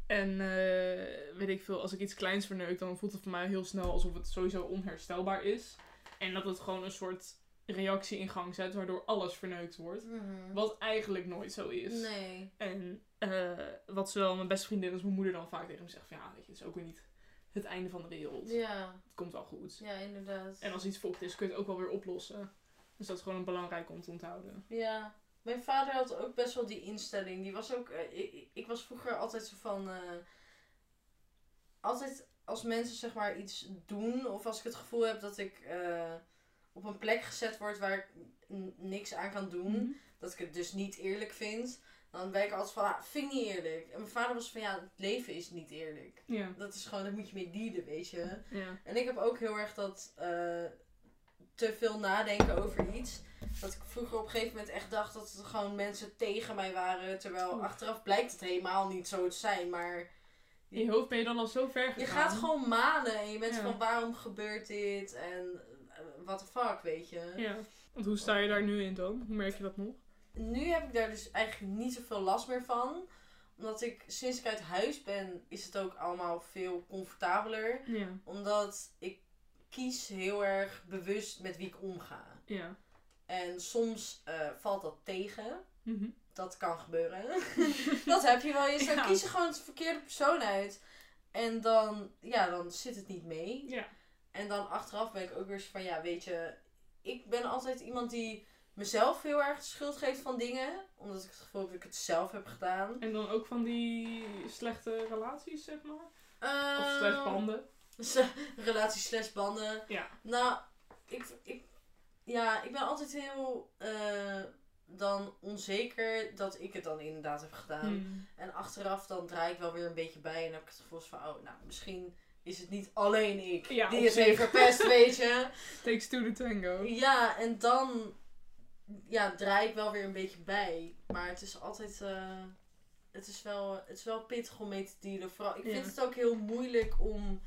B: En eh, weet ik veel, als ik iets kleins verneuk, dan voelt het voor mij heel snel alsof het sowieso onherstelbaar is. En dat het gewoon een soort reactie in gang zet, waardoor alles verneukt wordt.
A: Mhm.
B: Wat eigenlijk nooit zo is.
A: Nee.
B: En eh, wat zowel mijn beste vriendin als mijn moeder dan vaak tegen me zegt: van ja, weet je, het is ook weer niet het einde van de wereld.
A: Ja,
B: Het komt wel goed.
A: ja, inderdaad.
B: En als iets vocht is, kun je het ook wel weer oplossen. Dus dat is gewoon belangrijk om te onthouden.
A: Ja. Mijn vader had ook best wel die instelling. Die was ook. eh, ik, ik- ik was vroeger altijd zo van. eh, altijd als mensen zeg maar iets doen. Of als ik het gevoel heb dat ik eh, op een plek gezet word waar ik n- niks aan kan doen.
B: Mhm.
A: Dat ik het dus niet eerlijk vind. Dan ben ik altijd van. Ah, vind ik niet eerlijk. En mijn vader was van ja, het leven is niet eerlijk.
B: Ja.
A: Dat is gewoon, dat moet je mee dealen, weet je.
B: ja.
A: En ik heb ook heel erg dat eh, te veel nadenken over iets. Dat ik vroeger op een gegeven moment echt dacht dat het gewoon mensen tegen mij waren. Terwijl
B: Oeh.
A: achteraf blijkt het helemaal niet zo te zijn. Maar
B: In je hoofd ben je dan al zo ver gegaan.
A: je gaat gewoon manen en je bent
B: Ja.
A: van waarom gebeurt dit en wat the fuck, weet je.
B: Ja. Want hoe sta je daar nu in dan? Hoe merk je dat nog?
A: Nu heb ik daar dus eigenlijk niet zoveel last meer van. Omdat ik sinds ik uit huis ben, is het ook allemaal veel comfortabeler.
B: Ja.
A: Omdat ik kies heel erg bewust met wie ik omga.
B: Ja.
A: En soms eh, valt dat tegen.
B: Mhm.
A: Dat kan gebeuren. <laughs> dat heb je wel
B: <laughs>
A: eens. Dan
B: Ja.
A: kies je gewoon de verkeerde persoon uit. En dan, ja, dan zit het niet mee.
B: Ja.
A: En dan achteraf ben ik ook weer zo van, ja, weet je... Ik ben altijd iemand die mezelf heel erg de schuld geeft van dingen. Omdat ik het gevoel heb dat ik het zelf heb gedaan.
B: En dan ook van die slechte relaties, zeg maar. Of
A: Ehm,
B: slechte
A: <laughs>
B: banden.
A: Relaties slash banden.
B: Ja.
A: Nou, ik, ik, ja, ik ben altijd heel eh, dan onzeker dat ik het dan inderdaad heb gedaan.
B: Hmm.
A: En achteraf dan draai ik wel weer een beetje bij en heb ik het gevoel van, oh, nou, misschien is het niet alleen ik
B: Ja,
A: die
B: op
A: het
B: zich.
A: heeft verpest, weet
B: <laughs>
A: je.
B: Takes two the tango.
A: Ja, en dan ja, draai ik wel weer een beetje bij. Maar het is altijd, eh, het, is wel, het is wel pittig om mee te dealen. Vooral, ik
B: Ja.
A: vind het ook heel moeilijk om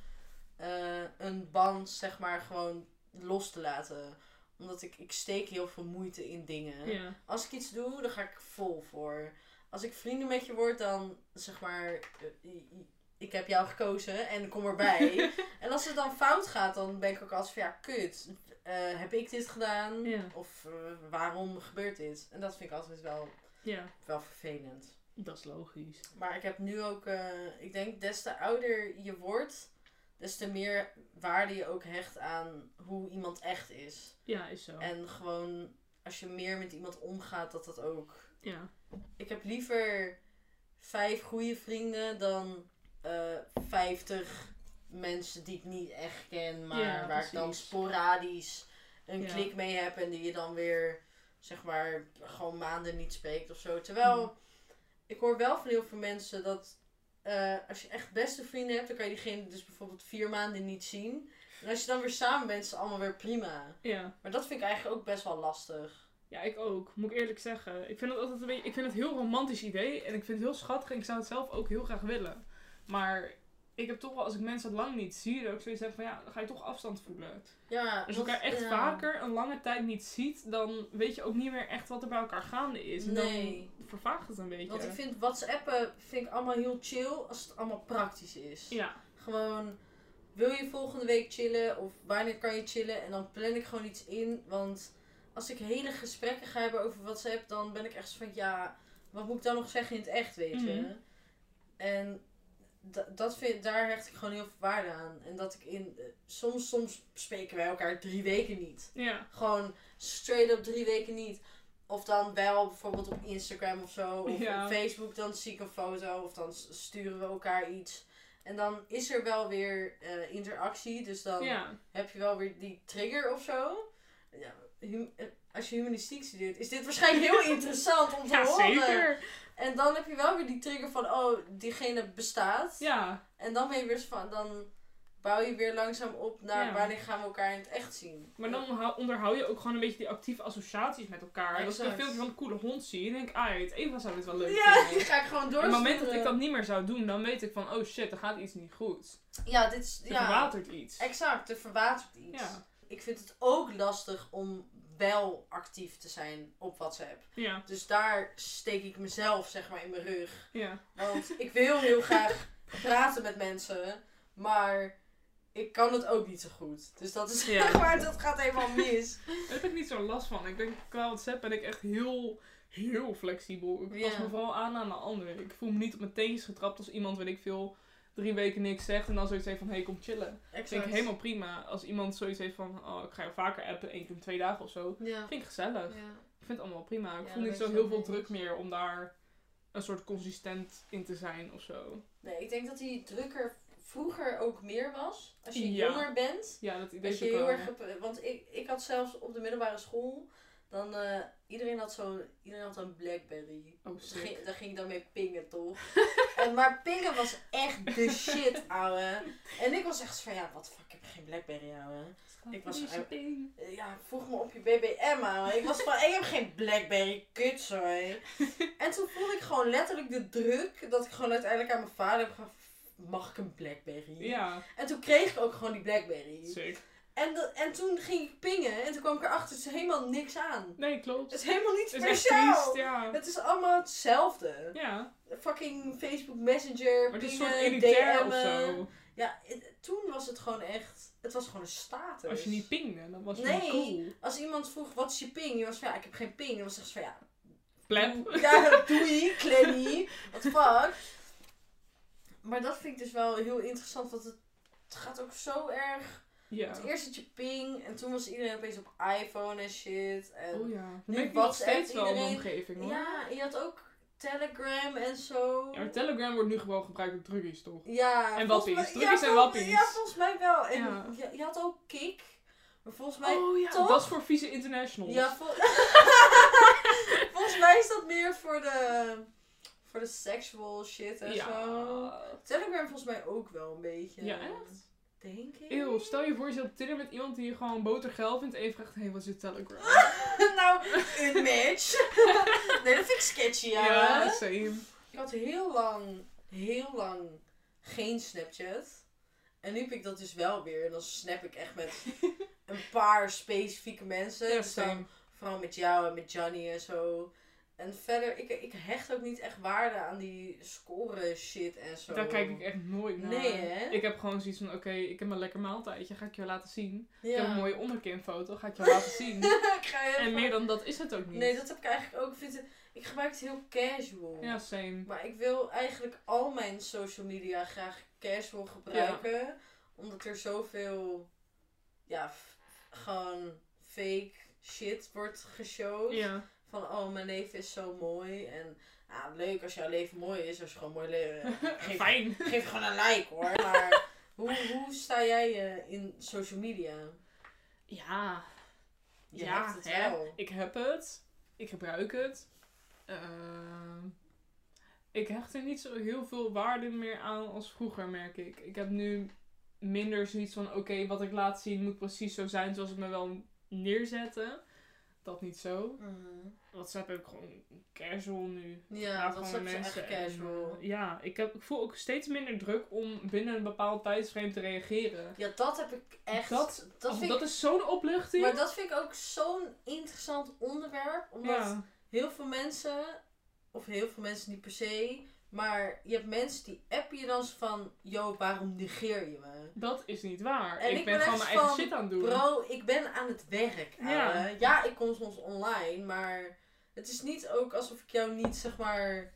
A: eh, een band, zeg maar, gewoon los te laten. Omdat ik, ik steek heel veel moeite in dingen.
B: Ja.
A: Als ik iets doe, dan ga ik vol voor. Als ik vrienden met je word, dan zeg maar, eh, i- i- ik heb jou gekozen en kom
B: <laughs>
A: erbij. en als het dan fout gaat, dan ben ik ook altijd van, ja, kut. Eh, heb ik dit gedaan?
B: Ja.
A: Of eh, waarom gebeurt dit? En dat vind ik altijd wel,
B: Ja.
A: wel vervelend.
B: Dat is logisch.
A: Maar ik heb nu ook, eh, ik denk, des te ouder je wordt, des te meer waarde je ook hecht aan hoe iemand echt is.
B: Ja, is zo.
A: En gewoon, als je meer met iemand omgaat, dat dat ook
B: Ja.
A: ik heb liever vijf goede vrienden dan eh, vijftig mensen die ik niet echt ken, maar
B: Ja,
A: waar ik dan
B: precies.
A: sporadisch een
B: Ja.
A: klik mee heb en die je dan weer, zeg maar, gewoon maanden niet spreekt of zo. Terwijl, ik hoor wel van heel veel mensen dat eh, als je echt beste vrienden hebt, dan kan je diegene dus bijvoorbeeld vier maanden niet zien. En als je dan weer samen bent, is het allemaal weer prima.
B: Ja.
A: Maar dat vind ik eigenlijk ook best wel lastig.
B: Ja, ik ook. Moet ik eerlijk zeggen. Ik vind het altijd een beetje... Ik vind het een heel romantisch idee. En ik vind het heel schattig. En ik zou het zelf ook heel graag willen. Maar... Ik heb toch wel, als ik mensen lang niet zie, dat ik zoiets heb van ja, dan ga je toch afstand voelen.
A: Ja,
B: Als je
A: dat-
B: Dus
A: eh,
B: elkaar echt
A: ja.
B: vaker een lange tijd niet ziet, dan weet je ook niet meer echt wat er bij elkaar gaande is. En
A: Nee.
B: dan vervaagt het een beetje.
A: Want ik vind WhatsAppen vind ik allemaal heel chill als het allemaal praktisch is.
B: Ja,
A: Gewoon wil je volgende week chillen of wanneer kan je chillen? En dan plan ik gewoon iets in, want als ik hele gesprekken ga hebben over WhatsApp, dan ben ik echt zo van, ja, wat moet ik dan nog zeggen in het echt, weet je?
B: Mhm.
A: En da- dat vind, daar hecht ik gewoon heel veel waarde aan. En dat ik in, eh, soms, soms spreken wij elkaar drie weken niet.
B: Ja.
A: Gewoon straight up drie weken niet. Of dan wel bijvoorbeeld op Instagram of zo. Of
B: Ja.
A: op Facebook dan zie ik een foto. Of dan s- sturen we elkaar iets. En dan is er wel weer eh, interactie. Dus dan <laughs>
B: ja.
A: heb je wel weer die trigger of zo. Ja, hum- eh, als je humanistiek studeert, is dit waarschijnlijk
B: <laughs>
A: heel interessant om te
B: Ja,
A: horen.
B: zeker.
A: En dan heb je wel weer die trigger van, oh, diegene bestaat.
B: Ja.
A: En dan ben je weer zo van, dan bouw je weer langzaam op naar
B: Ja.
A: wanneer gaan we elkaar in het echt zien.
B: Maar dan hou- onderhoud je ook gewoon een beetje die actieve associaties met elkaar. En Als ik een
A: Exact.
B: filmpje van een coole hond zie, dan denk ik, ah, weet, Eva zou dit wel leuk
A: Ja, <laughs> die
B: vinden.
A: ga ik gewoon door.
B: Op het moment dat ik dat niet meer zou doen, dan weet ik van, oh shit, er gaat iets niet goed.
A: Ja, dit is.
B: Er
A: Ja,
B: verwatert iets.
A: exact. Er verwatert iets.
B: Ja.
A: Ik vind het ook lastig om wel actief te zijn op WhatsApp.
B: Ja,
A: Dus daar steek ik mezelf, zeg maar, in mijn rug.
B: ja.
A: Want ik wil heel graag praten met mensen, maar ik kan het ook niet zo goed. Dus dat is <laughs>
B: Ja.
A: zeg maar, dat gaat helemaal mis.
B: Daar heb ik niet zo last van. Ik denk, qua WhatsApp ben ik echt heel, heel flexibel. Ik pas
A: Ja.
B: me vooral aan aan de ander. Ik voel me niet op mijn teentjes getrapt als iemand, weet ik veel, drie weken niks zegt en dan zoiets heeft van, hey, kom chillen. Dat vind ik helemaal prima. Als iemand zoiets heeft van, oh, ik ga je vaker appen, één keer in twee dagen of zo.
A: Ja.
B: Vind ik gezellig.
A: ja.
B: Ik vind het allemaal prima. Ik
A: Ja,
B: voel
A: daar
B: niet
A: ben
B: zo
A: ik
B: heel
A: het
B: veel
A: mee
B: druk
A: eens.
B: meer om daar een soort consistent in te zijn of zo.
A: Nee, ik denk dat die drukker vroeger ook meer was. Als je
B: Ja.
A: jonger bent.
B: Ja, dat idee
A: Dat
B: is
A: je
B: ook wel.
A: heel erg gep- want ik, ik had zelfs op de middelbare school, dan eh, iedereen had zo'n, iedereen had een Blackberry.
B: Oh,
A: Dus daar
B: sick.
A: ging- daar ging ik dan mee pingen, toch? <laughs> en, maar pingen was echt de
B: <laughs>
A: shit, ouwe. En ik was echt zo van, ja, wat fuck, ik heb geen Blackberry, ouwe. Ik was-
B: Ding.
A: Eh, Ja, vroeg me op je BBM, ouwe. Ik was van, ik heb geen Blackberry, kut,
B: <laughs>
A: En toen voelde ik gewoon letterlijk de druk dat ik gewoon uiteindelijk aan mijn vader heb gevraagd, mag ik een Blackberry?
B: Ja,
A: En toen kreeg ik ook gewoon die Blackberry.
B: sick.
A: En, dat- en toen ging ik pingen en toen kwam ik erachter, het is helemaal niks aan.
B: Nee, klopt.
A: Het is helemaal niet
B: Het is echt
A: speciaal.
B: triest, ja.
A: Het is allemaal hetzelfde.
B: Ja,
A: Fucking Facebook Messenger,
B: maar het is een soort
A: pingen,
B: elitair of
A: DM'en.
B: zo.
A: Ja, het- toen was het gewoon echt, het was gewoon een status.
B: Als je niet pingde, dan was je
A: Dus- Nee.
B: niet cool.
A: Als iemand vroeg, wat is je ping? Je was van, ja, ik heb geen ping. Dan was echt van, ja...
B: Plep.
A: doe- Ja, doei, Clemmy. What the fuck? Maar dat vind ik dus wel heel interessant, want het, het gaat ook zo erg...
B: Ja.
A: Het eerst had je ping en toen was iedereen opeens op iPhone en shit. En
B: Oh ja. Dan
A: nu
B: ben ik nog
A: WhatsApp
B: steeds wel in mijn
A: iedereen.
B: omgeving hoor. Ja,
A: Ja, en je had ook Telegram en zo.
B: maar Telegram wordt nu gewoon gebruikt door druggies toch?
A: Ja,
B: En
A: volgens
B: wappies.
A: mij-
B: Drukkies en
A: vol-
B: wappies.
A: Ja, volgens mij wel. En
B: Ja.
A: je, je had ook Kik. Maar volgens mij...
B: oh ja,
A: toch?
B: dat is voor vieze internationals.
A: ja, vol- <laughs> volgens mij is dat meer voor de... Voor de sexual shit en zo.
B: ja.
A: Telegram volgens mij ook wel een beetje.
B: Ja, echt?
A: Denk ik.
B: Eeuw, stel je voor je zit op Tinder met iemand die je gewoon botergeil vindt en je vraagt, hé, hey, wat is dit Telegram?
A: <laughs> nou, een match. <laughs> nee, dat vind ik sketchy, ja.
B: ja, same.
A: Ik had heel lang, heel lang geen Snapchat. En nu heb ik dat dus wel weer. En dan snap ik echt
B: <laughs>
A: met een paar specifieke mensen.
B: Ja,
A: Dus dan
B: same.
A: vooral met jou en met Johnny en zo. En verder, ik, ik hecht ook niet echt waarde aan die scoren shit en zo.
B: Daar kijk ik echt nooit naar.
A: Nee, hè?
B: Ik heb gewoon zoiets van, oké, ik heb een lekker maaltijdje, ga ik je laten zien. Ik heb
A: Ja.
B: een mooie onderkinfoto, ga ik je laten
A: <laughs>
B: zien.
A: Ik ga heel
B: en
A: vaak-
B: meer dan dat is het ook niet.
A: Nee, dat heb ik eigenlijk ook. Ik, vind het- ik gebruik het heel casual.
B: Ja, same.
A: Maar ik wil eigenlijk al mijn social media graag casual gebruiken. Omdat er zoveel, ja, f- gewoon fake shit wordt geshowd.
B: Ja.
A: Van, oh, mijn leven is zo mooi. En, ah, leuk als jouw leven mooi is. Als je gewoon mooi
B: <laughs>
A: leven geef,
B: Fijn.
A: geef gewoon een like, hoor.
B: <laughs>
A: Maar hoe, hoe sta jij eh, in social media?
B: Ja.
A: Je
B: ja,
A: hebt het
B: hè.
A: wel.
B: Ik heb het. Ik gebruik het. Ehm, ik hecht er niet zo heel veel waarde meer aan als vroeger, merk ik. Ik heb nu minder zoiets van, oké, wat ik laat zien moet precies zo zijn zoals ik me wel neerzetten. Dat niet zo.
A: Mhm.
B: WhatsApp heb ik gewoon casual nu.
A: Ja,
B: praat
A: dat is
B: gewoon
A: ook
B: met
A: echt
B: en,
A: casual.
B: eh, ja, ik, heb, ik voel ook steeds minder druk om binnen een bepaald tijdsframe te reageren.
A: Ja, dat heb ik echt.
B: Dat-
A: dat
B: Oh,
A: vind ik
B: dat is zo'n opluchting.
A: Maar dat vind ik ook zo'n interessant onderwerp. Omdat
B: ja.
A: heel veel mensen, of heel veel mensen niet per se, Maar je hebt mensen die appen je dan zo van... Yo, waarom negeer je me?
B: Dat is niet waar.
A: En
B: ik,
A: ik
B: ben
A: ben
B: gewoon
A: echt
B: mijn eigen
A: van,
B: shit aan het doen.
A: Bro, ik ben aan het werk.
B: Ja.
A: Ja. ja, ik kom soms online, maar het is niet ook alsof ik jou niet zeg maar.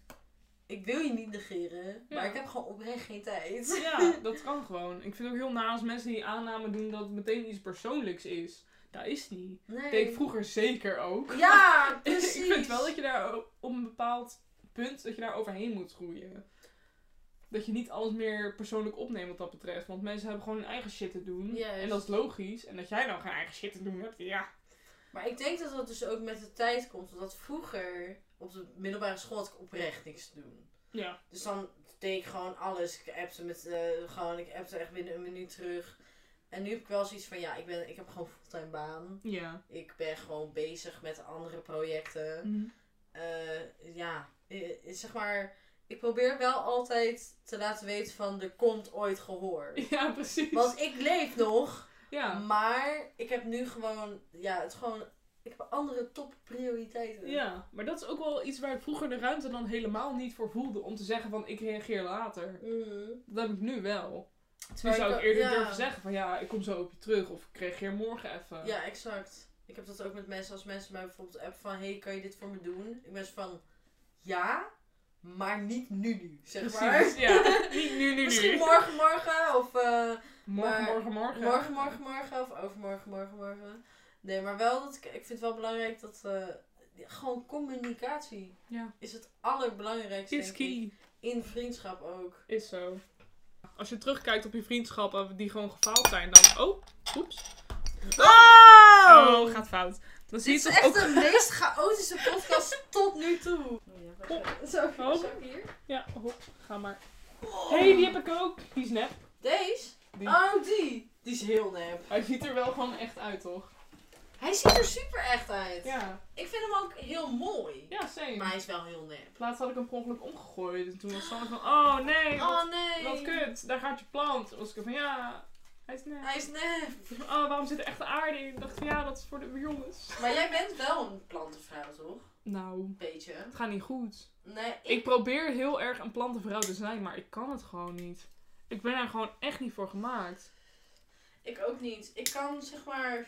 A: Ik wil je niet negeren, maar
B: Ja.
A: ik heb gewoon oprecht geen tijd.
B: <laughs> Ja, dat kan gewoon. Ik vind het ook heel na als mensen die aanname doen dat het meteen iets persoonlijks is. Dat is niet.
A: <laughs> Nee.
B: Dat deed ik vroeger zeker ook.
A: Ja,
B: <laughs> ik
A: precies.
B: vind wel dat je daar o- op een bepaald punt dat je daar overheen moet groeien. Dat je niet alles meer persoonlijk opneemt wat dat betreft. Want mensen hebben gewoon hun eigen shit te doen.
A: Juist.
B: En dat is logisch. En dat jij nou geen eigen shit te doen hebt, ja.
A: Maar ik denk dat dat dus ook met de tijd komt. Omdat vroeger op de middelbare school had ik oprecht niks te doen.
B: Ja.
A: Dus dan deed ik gewoon alles. Ik appte met eh, gewoon, ik appte echt binnen een minuut terug. En nu heb ik wel zoiets van ja, ik, ben, ik heb gewoon fulltime baan.
B: Ja.
A: Ik ben gewoon bezig met andere projecten.
B: Mhm.
A: Eh, ja, eh, zeg maar. Ik probeer wel altijd te laten weten van er komt ooit
B: <laughs>
A: gehoor.
B: Ja, precies.
A: Want ik leef nog,
B: Ja.
A: maar ik heb nu gewoon, ja, het is gewoon, ik heb andere topprioriteiten.
B: Ja, maar dat is ook wel iets waar ik vroeger de ruimte dan helemaal niet voor voelde. Om te zeggen van, ik reageer later.
A: Mhm.
B: Dat heb ik nu wel. Nu
A: Maar
B: zou
A: ik
B: ik
A: wel-
B: eerder
A: ja.
B: durven zeggen van, ja, ik kom zo op je terug. Of ik reageer morgen even.
A: Ja, exact. Ik heb dat ook met mensen, als mensen mij bijvoorbeeld appen van, hey, kan je dit voor me doen? Ik ben zo van, ja, maar niet nu nu, zeg maar.
B: Precies,
A: <laughs>
B: ja. Niet nu, nu, nu.
A: Misschien morgen, morgen, of... eh, Maar-
B: Morgen, morgen, morgen.
A: Morgen, morgen, morgen of overmorgen, morgen, morgen. Nee, maar wel dat ik, ik vind het wel belangrijk dat eh, gewoon communicatie
B: Ja.
A: is het allerbelangrijkste
B: Is
A: denk ik.
B: key.
A: in vriendschap ook.
B: Is zo. Als je terugkijkt op je vriendschappen die gewoon gefaald zijn, dan... Oh, oeps.
A: Oh!
B: Oh, gaat fout. Dan zie
A: Dit
B: je
A: is
B: toch ook...
A: echt de meest chaotische podcast tot nu toe.
B: Oh.
A: Zo,
B: Oh.
A: zo hier.
B: Ja, hop, ga maar. Hé, hey, die heb ik ook. Die is nep.
A: Deze?
B: Die.
A: Oh, die. Die is heel nep.
B: Hij ziet er wel gewoon echt uit, toch?
A: Hij ziet er super echt uit.
B: Ja.
A: Ik vind hem ook heel mooi.
B: Ja, same.
A: Maar hij is wel heel nep.
B: Laatst had ik hem per ongeluk omgegooid. En toen was Sanne van, oh nee, wat,
A: Oh nee.
B: wat kut. Daar gaat je plant. Toen was ik van, ja, hij is nep.
A: Hij is nep.
B: Oh, waarom zit er echt aarde in? Ik dacht van, ja, dat is voor de jongens.
A: Maar jij bent wel een plantenvrouw, toch?
B: Nou,
A: Beetje.
B: het gaat niet goed.
A: Nee, ik,
B: Ik probeer heel erg een plantenvrouw te zijn, maar ik kan het gewoon niet. Ik ben daar gewoon echt niet voor gemaakt.
A: ik ook niet. Ik kan zeg maar.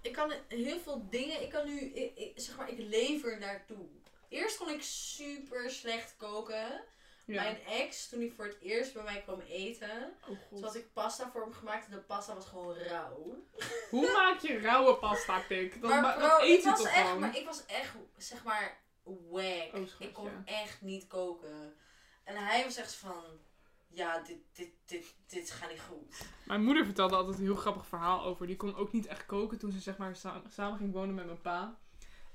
A: Ik kan heel veel dingen. Ik kan nu. Ik, ik- zeg maar, ik lever naartoe. Eerst kon ik super slecht koken. Mijn ex, toen hij voor het eerst bij mij kwam eten,
B: Oh
A: toen
B: god.
A: had ik pasta voor hem gemaakt en de pasta was gewoon rauw.
B: Hoe maak je rauwe pasta, pik? Dat,
A: maar
B: ma-
A: bro,
B: dat eet
A: ik
B: je
A: was
B: toch
A: echt,
B: gewoon?
A: maar ik was echt, zeg maar, wack.
B: Oh, schat,
A: ik kon
B: ja.
A: echt niet koken. En hij was echt van, ja, dit, dit, dit, dit gaat niet goed.
B: Mijn moeder vertelde altijd een heel grappig verhaal over. Die kon ook niet echt koken toen ze zeg maar sa- samen ging wonen met mijn pa.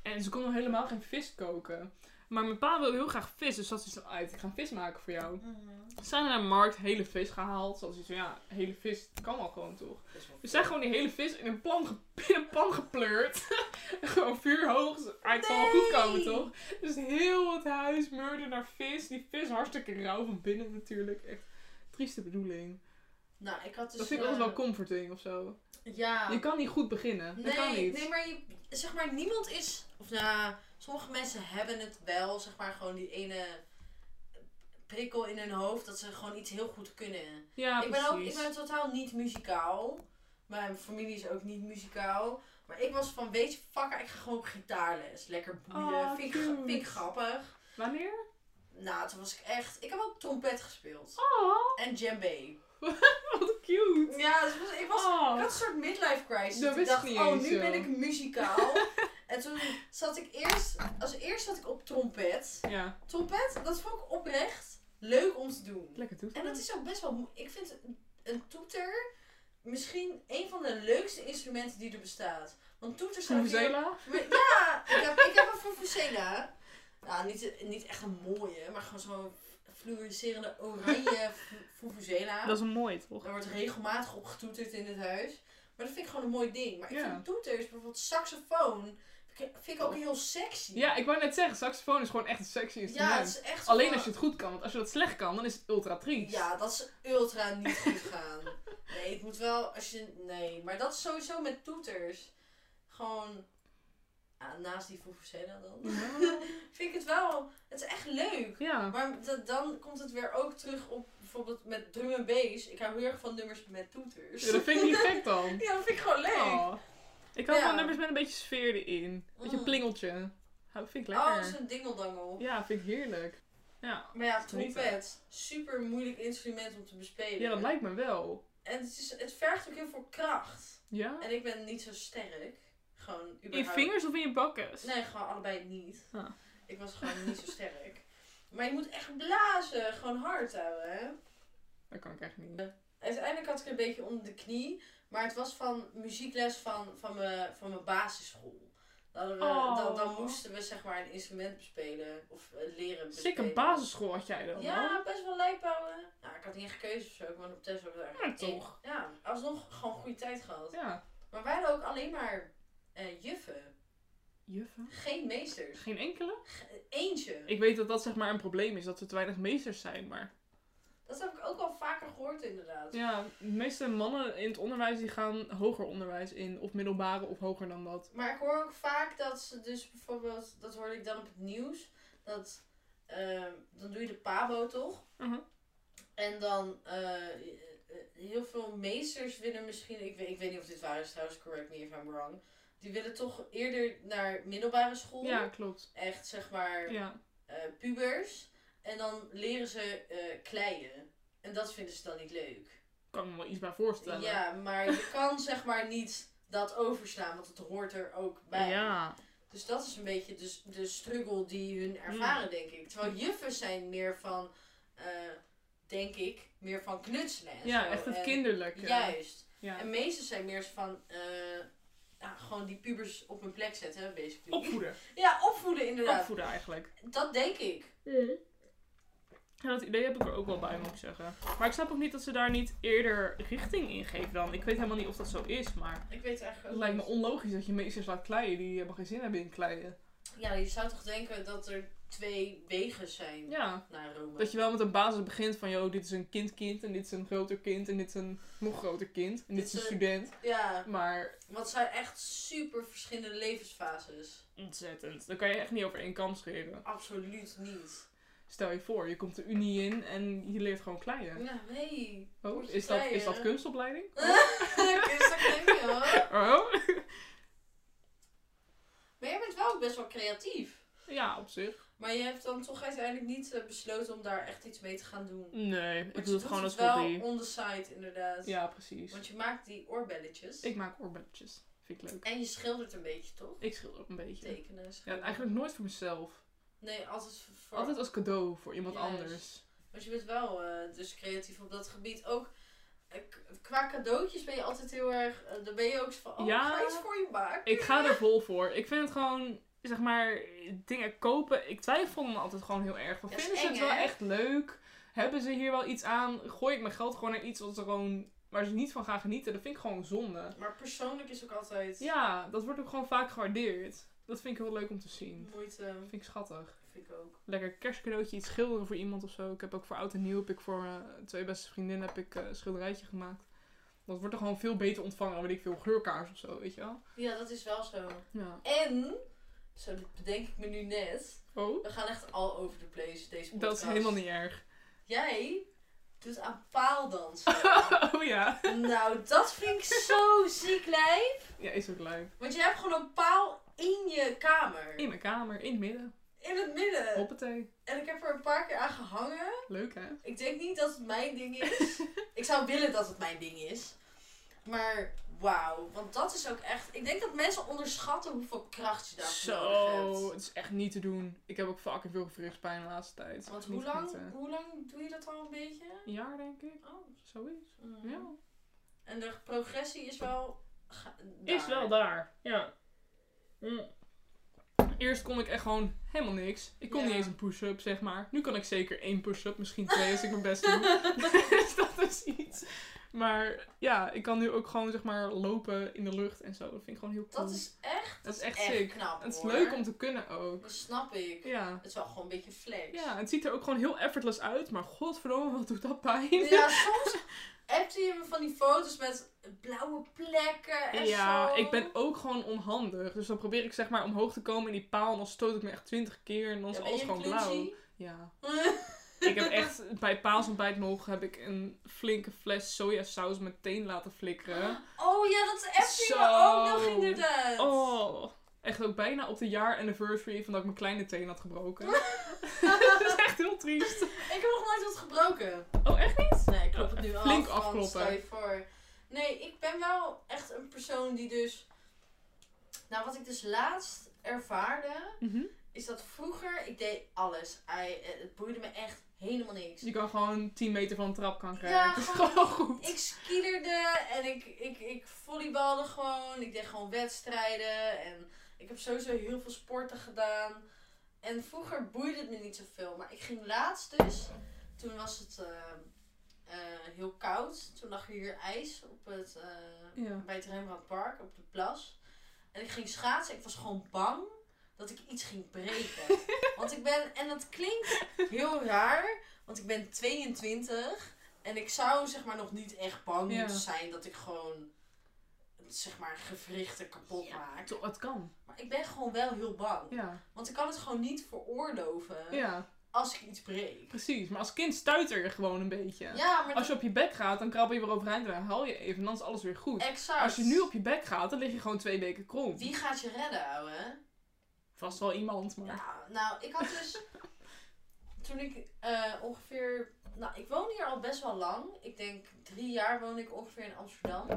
B: En ze kon nog helemaal geen vis koken. Maar mijn pa wilde heel graag vis, dus zat hij zo uit. Ik ga een vis maken voor jou. Ze zijn naar de markt, hele vis gehaald. Zoals hij zo, ja, hele vis kan wel gewoon toch? We zijn gewoon die hele vis in een, plan ge- <laughs> in een pan gepleurd. <laughs> gewoon vuurhoog. Hij kan wel
A: Nee.
B: goed komen, toch? Dus heel het huis meurde naar vis. Die vis hartstikke rauw van binnen natuurlijk. Echt trieste bedoeling.
A: Nou, ik had dus...
B: dat vind ik
A: eh,
B: altijd wel comforting of zo.
A: Ja.
B: Je kan niet goed beginnen.
A: nee,
B: dat kan niet.
A: nee, maar je, zeg maar, niemand is... Of nou, sommige mensen hebben het wel, zeg maar, gewoon die ene prikkel in hun hoofd dat ze gewoon iets heel goed kunnen.
B: Ja,
A: ik, ben
B: precies.
A: ook, ik ben totaal niet muzikaal. Mijn familie is ook niet muzikaal. Maar ik was van, weet je, fucker, ik ga gewoon gitaarles. Lekker boeien.
B: Oh,
A: vind, ik, gra-
B: cute.
A: vind ik grappig.
B: Wanneer?
A: Nou, toen was ik echt... Ik heb ook trompet gespeeld.
B: Oh,
A: En djembe.
B: wat cute.
A: Ja, dus ik was, ik was
B: Oh.
A: Ik had een soort midlife crisis.
B: Dat
A: ik
B: wist
A: dacht,
B: ik niet
A: oh,
B: eens,
A: nu
B: joh.
A: ben ik
B: <laughs>
A: muzikaal. en toen zat ik eerst, als eerst zat ik op trompet.
B: Ja,
A: Trompet, dat vond ik oprecht leuk om te doen.
B: lekker toe.
A: En dat is ook best wel, mo- ik vind een toeter misschien een van de leukste instrumenten die er bestaat. Want toeters zijn weer-
B: Venezuela?
A: Maar Ja, ik heb, ik heb een vuvuzela. Nou, niet, niet echt een mooie, maar gewoon zo'n fluoriserende oranje vu- vuvuzela.
B: Dat is een mooi, toch?
A: Er wordt regelmatig op getoeterd in het huis. Maar dat vind ik gewoon een mooi ding. Maar ik
B: Ja.
A: vind toeters, bijvoorbeeld saxofoon, vind ik- vind ik ook heel sexy.
B: Ja, ik wou net zeggen, saxofoon is gewoon echt een sexy
A: ja het
B: instrument.
A: is echt...
B: Alleen
A: gewoon-
B: als je het goed kan, want als je dat slecht kan, dan is het ultra triest.
A: Ja, dat is ultra niet goed gaan. Nee, het moet wel als je... Nee, maar dat is sowieso met toeters. Gewoon... ah, naast die Fufusena dan, vind ik het wel, het is echt leuk.
B: Ja.
A: Oh. Maar da- dan komt het weer ook terug op bijvoorbeeld met drum en bass. Ik hou heel erg van nummers met toeters.
B: Ja, dat vind ik niet gek
A: <laughs>
B: dan.
A: Ja, dat vind ik gewoon leuk.
B: Oh. Ik hou
A: Ja.
B: van nummers met een beetje sfeer erin. Een beetje
A: Mm.
B: plingeltje. Hou- Vind ik
A: Oh,
B: lekker.
A: zo'n dingeldangel.
B: Ja, vind ik heerlijk. Ja.
A: Maar ja,
B: Genieten.
A: trompet. Super moeilijk instrument om te bespelen.
B: ja, dat lijkt me wel.
A: En het, is, het vergt ook heel veel kracht.
B: Ja?
A: En ik ben niet zo sterk. Gewoon überhaupt.
B: In je vingers of in je bakkes?
A: Nee, gewoon allebei niet.
B: Ah.
A: Ik was gewoon niet zo sterk. <laughs> Maar je moet echt blazen. Gewoon hard houden. hè.
B: Dat kan ik echt niet.
A: Eh, Uiteindelijk had ik het een beetje onder de knie. Maar het was van muziekles van, van, mijn, van mijn basisschool. Dan, hadden we,
B: Oh.
A: dan, dan moesten we zeg maar een instrument bespelen. Of eh, leren bespelen.
B: Sick, een basisschool had jij dan. hoor.
A: Ja, best wel lijkbouwen. Nou, ik had niet echt keuze of zo. Ik woonde op Tess ook daar.
B: Ja, toch.
A: Ja, alsnog gewoon goede tijd gehad.
B: Ja.
A: Maar wij hadden ook alleen maar eh, juffen.
B: Juffen?
A: Geen meesters.
B: Geen enkele?
A: Ge- Eentje.
B: Ik weet dat dat zeg maar een probleem is, dat er te weinig meesters zijn, maar...
A: Dat heb ik ook al vaker gehoord inderdaad.
B: Ja, de meeste mannen in het onderwijs die gaan hoger onderwijs in, of middelbare of hoger dan dat.
A: Maar ik hoor ook vaak dat ze dus bijvoorbeeld, dat hoorde ik dan op het nieuws, dat ehm, dan doe je de pabo toch?
B: Mhm.
A: En dan eh, eh, heel veel meesters willen misschien, ik weet, ik weet niet of dit waar is trouwens, correct me if I'm wrong. Die willen toch eerder naar middelbare school.
B: Ja, klopt.
A: Echt zeg maar
B: Ja.
A: eh, pubers. En dan leren ze eh, kleien. En dat vinden ze dan niet leuk.
B: Kan ik me wel iets bij voorstellen.
A: Ja, maar je kan <laughs> zeg maar niet dat overslaan, want het hoort er ook bij.
B: Ja.
A: Dus dat is een beetje de, s- de struggle die hun ervaren, denk ik. Terwijl juffen zijn meer van, eh, denk ik, meer van knutselen. en
B: Ja,
A: zo.
B: echt het
A: En-
B: kinderlijke.
A: Juist.
B: Ja.
A: En meesten zijn meer zo van, eh, ja, gewoon die pubers op hun plek zetten, basically.
B: Opvoeden.
A: Ja, opvoeden inderdaad.
B: Opvoeden eigenlijk.
A: Dat denk ik.
B: Ja, dat idee heb ik er ook wel bij, moet ik zeggen. Maar ik snap ook niet dat ze daar niet eerder richting in geven dan. Ik weet helemaal niet of dat zo is, maar...
A: Ik weet eigenlijk
B: Het
A: ook
B: lijkt me
A: niet.
B: onlogisch dat je meesters laat kleien die hebben geen zin hebben in kleien.
A: Ja, je zou toch denken dat er twee wegen zijn
B: Ja.
A: naar Rome.
B: Dat je wel met een basis begint van, joh, dit is een kind-kind en dit is een groter kind en dit is een nog groter kind en dit is een student.
A: Ja,
B: Maar
A: want het zijn echt super verschillende levensfases.
B: ontzettend, daar kan je echt niet over één kam scheren.
A: Absoluut niet.
B: Stel je voor, je komt de unie in en je leert gewoon kleien.
A: Ja, nee.
B: Oh, is dat, is
A: <laughs>
B: dat kunstopleiding?
A: Is dat geen hoor.
B: Oh? <laughs>
A: Maar jij bent wel ook best wel creatief.
B: Ja, op zich.
A: Maar je hebt dan toch uiteindelijk niet eh, besloten om daar echt iets mee te gaan doen.
B: Nee,
A: Maar
B: ik
A: je
B: doe het
A: doet
B: gewoon als
A: wel
B: hobby.
A: on the side inderdaad.
B: Ja, precies.
A: Want je maakt die oorbelletjes.
B: Ik maak oorbelletjes. Vind ik leuk.
A: En je schildert een beetje, toch?
B: Ik schilder ook een beetje.
A: Tekenen.
B: Ja,
A: schilderen.
B: eigenlijk nooit voor mezelf.
A: Nee, altijd voor...
B: Altijd als cadeau voor iemand
A: Juist.
B: anders.
A: Want je bent wel eh, dus creatief op dat gebied. Ook eh, k- qua cadeautjes ben je altijd heel erg. eh, dan ben je ook zo van. Oh,
B: Ja.
A: ga iets voor je maken.
B: Ik ga er vol voor. Ik vind het gewoon, zeg maar, dingen kopen. Ik twijfel me altijd gewoon heel erg. Van,
A: Ja, is
B: vinden ze het
A: eng,
B: wel
A: hè?
B: echt leuk? Hebben ze hier wel iets aan? Gooi ik mijn geld gewoon naar iets wat ze gewoon, waar ze niet van gaan genieten? Dat vind ik gewoon zonde.
A: Maar persoonlijk is ook altijd
B: Ja, dat wordt ook gewoon vaak gewaardeerd. Dat vind ik heel leuk om te zien.
A: moeite.
B: Dat vind ik schattig.
A: Vind ik ook.
B: Lekker kerstcadeautje, iets schilderen voor iemand of zo. Ik heb ook voor oud en nieuw, heb ik voor eh, twee beste vriendinnen, heb ik eh, een schilderijtje gemaakt. Dat wordt er gewoon veel beter ontvangen dan, weet ik veel, geurkaars of zo, weet je wel?
A: Ja, dat is wel zo.
B: Ja.
A: En, zo bedenk ik me nu net.
B: Oh,
A: We gaan echt al over the place deze podcast.
B: dat is helemaal niet erg. <laughs>
A: Jij doet aan paaldansen.
B: Oh ja.
A: nou, dat vind ik zo ziek lijf.
B: Ja, is ook leuk.
A: Want je hebt gewoon een paal in je kamer.
B: In mijn kamer, in het midden.
A: In het midden.
B: Hoppatee.
A: En ik heb er een paar keer aan gehangen.
B: Leuk hè?
A: Ik denk niet dat het mijn ding
B: <laughs>
A: is. ik zou willen dat het mijn ding is. Maar wauw, want dat is ook echt. Ik denk dat mensen onderschatten hoeveel kracht je daarvoor nodig
B: Zo,
A: hebt.
B: het is echt niet te doen. Ik heb ook fucking veel gewrichtspijn de laatste tijd.
A: Want
B: Niet
A: hoe lang,
B: genieten.
A: hoe lang doe je dat al een beetje?
B: Een jaar denk ik,
A: Oh.
B: zoiets.
A: mm.
B: Ja.
A: En de progressie is wel. ga-
B: Is
A: daar.
B: wel daar, ja. Mm. Eerst kon ik echt gewoon helemaal niks. Ik kon
A: Ja.
B: niet eens een push-up, zeg
A: <laughs>
B: <laughs> maar. Nu kan ik zeker één push-up, misschien twee als ik mijn best doe. dus dat is iets. Maar ja, ik kan nu ook gewoon zeg maar lopen in de lucht en zo. Dat vind ik gewoon heel cool.
A: Dat is echt,
B: Dat is echt sick.
A: knap
B: Het is
A: hoor.
B: leuk om te kunnen ook.
A: Dat snap ik.
B: Ja.
A: Het is wel gewoon een beetje flex.
B: Ja, het ziet er ook gewoon heel effortless uit. Maar godverdomme, wat doet dat pijn. <laughs>
A: Ja, soms appte je me van die foto's met blauwe plekken en
B: Ja,
A: zo.
B: ik ben ook gewoon onhandig. Dus dan probeer ik zeg maar omhoog te komen in die paal. En dan stoot ik me echt twintig keer. En dan is
A: Ja, ben
B: alles
A: je
B: gewoon blauw.
A: klunzy?
B: Ja.
A: <laughs>
B: Ik heb echt bij paasontbijt nog heb ik een flinke fles sojasaus meteen laten flikkeren.
A: Oh ja, dat appte je me
B: Zo.
A: ook nog inderdaad.
B: Oh. Echt ook bijna op de jaar anniversary van dat ik mijn kleine teen had
A: <laughs>
B: gebroken. <laughs> dat is echt heel triest.
A: Ik heb nog nooit wat gebroken.
B: Oh, echt niet?
A: Nee, ik klop het nu af.
B: Flink
A: want
B: afkloppen.
A: Stel je voor. Nee, ik ben wel echt een persoon die dus... Nou, wat ik dus laatst ervaarde,
B: Mhm.
A: is dat vroeger, ik deed alles. Hij- eh, het boeide me echt helemaal niks.
B: Dus Je kan gewoon 10 meter van een trap kan krijgen.
A: Ja,
B: dat is
A: gewoon-
B: gewoon goed.
A: Ik skielerde en ik, ik, ik volleybalde gewoon. Ik deed gewoon wedstrijden. En ik heb sowieso heel veel sporten gedaan. En vroeger boeide het me niet zoveel. Maar ik ging laatst dus. Toen was het eh, eh, heel koud. Toen lag er hier ijs op het, eh,
B: Ja.
A: bij het Rembrandtpark op de plas. En ik ging schaatsen. Ik was gewoon bang dat ik iets ging breken. want ik ben, en dat klinkt heel raar, want ik ben 22. En ik zou zeg maar nog niet echt bang
B: Ja.
A: moeten zijn dat ik gewoon zeg maar gewrichten kapot maak.
B: Toch, Het kan.
A: Maar ik ben gewoon wel heel bang.
B: Ja.
A: Want ik kan het gewoon niet veroorloven
B: ja,
A: als ik iets breek.
B: precies. Maar als kind stuiter je gewoon een beetje.
A: Ja, maar
B: Als je op je bek gaat, dan krabbel je weer overeind en dan haal je even. En dan is alles weer goed.
A: exact.
B: Als je nu op je bek gaat, dan lig je gewoon twee weken krom.
A: Wie gaat je redden, ouwe?
B: Vast wel iemand, maar...
A: Nou, nou, ik had dus. <laughs> toen ik eh, ongeveer. Nou, ik woon hier al best wel lang. Ik denk drie jaar woon ik ongeveer in Amsterdam.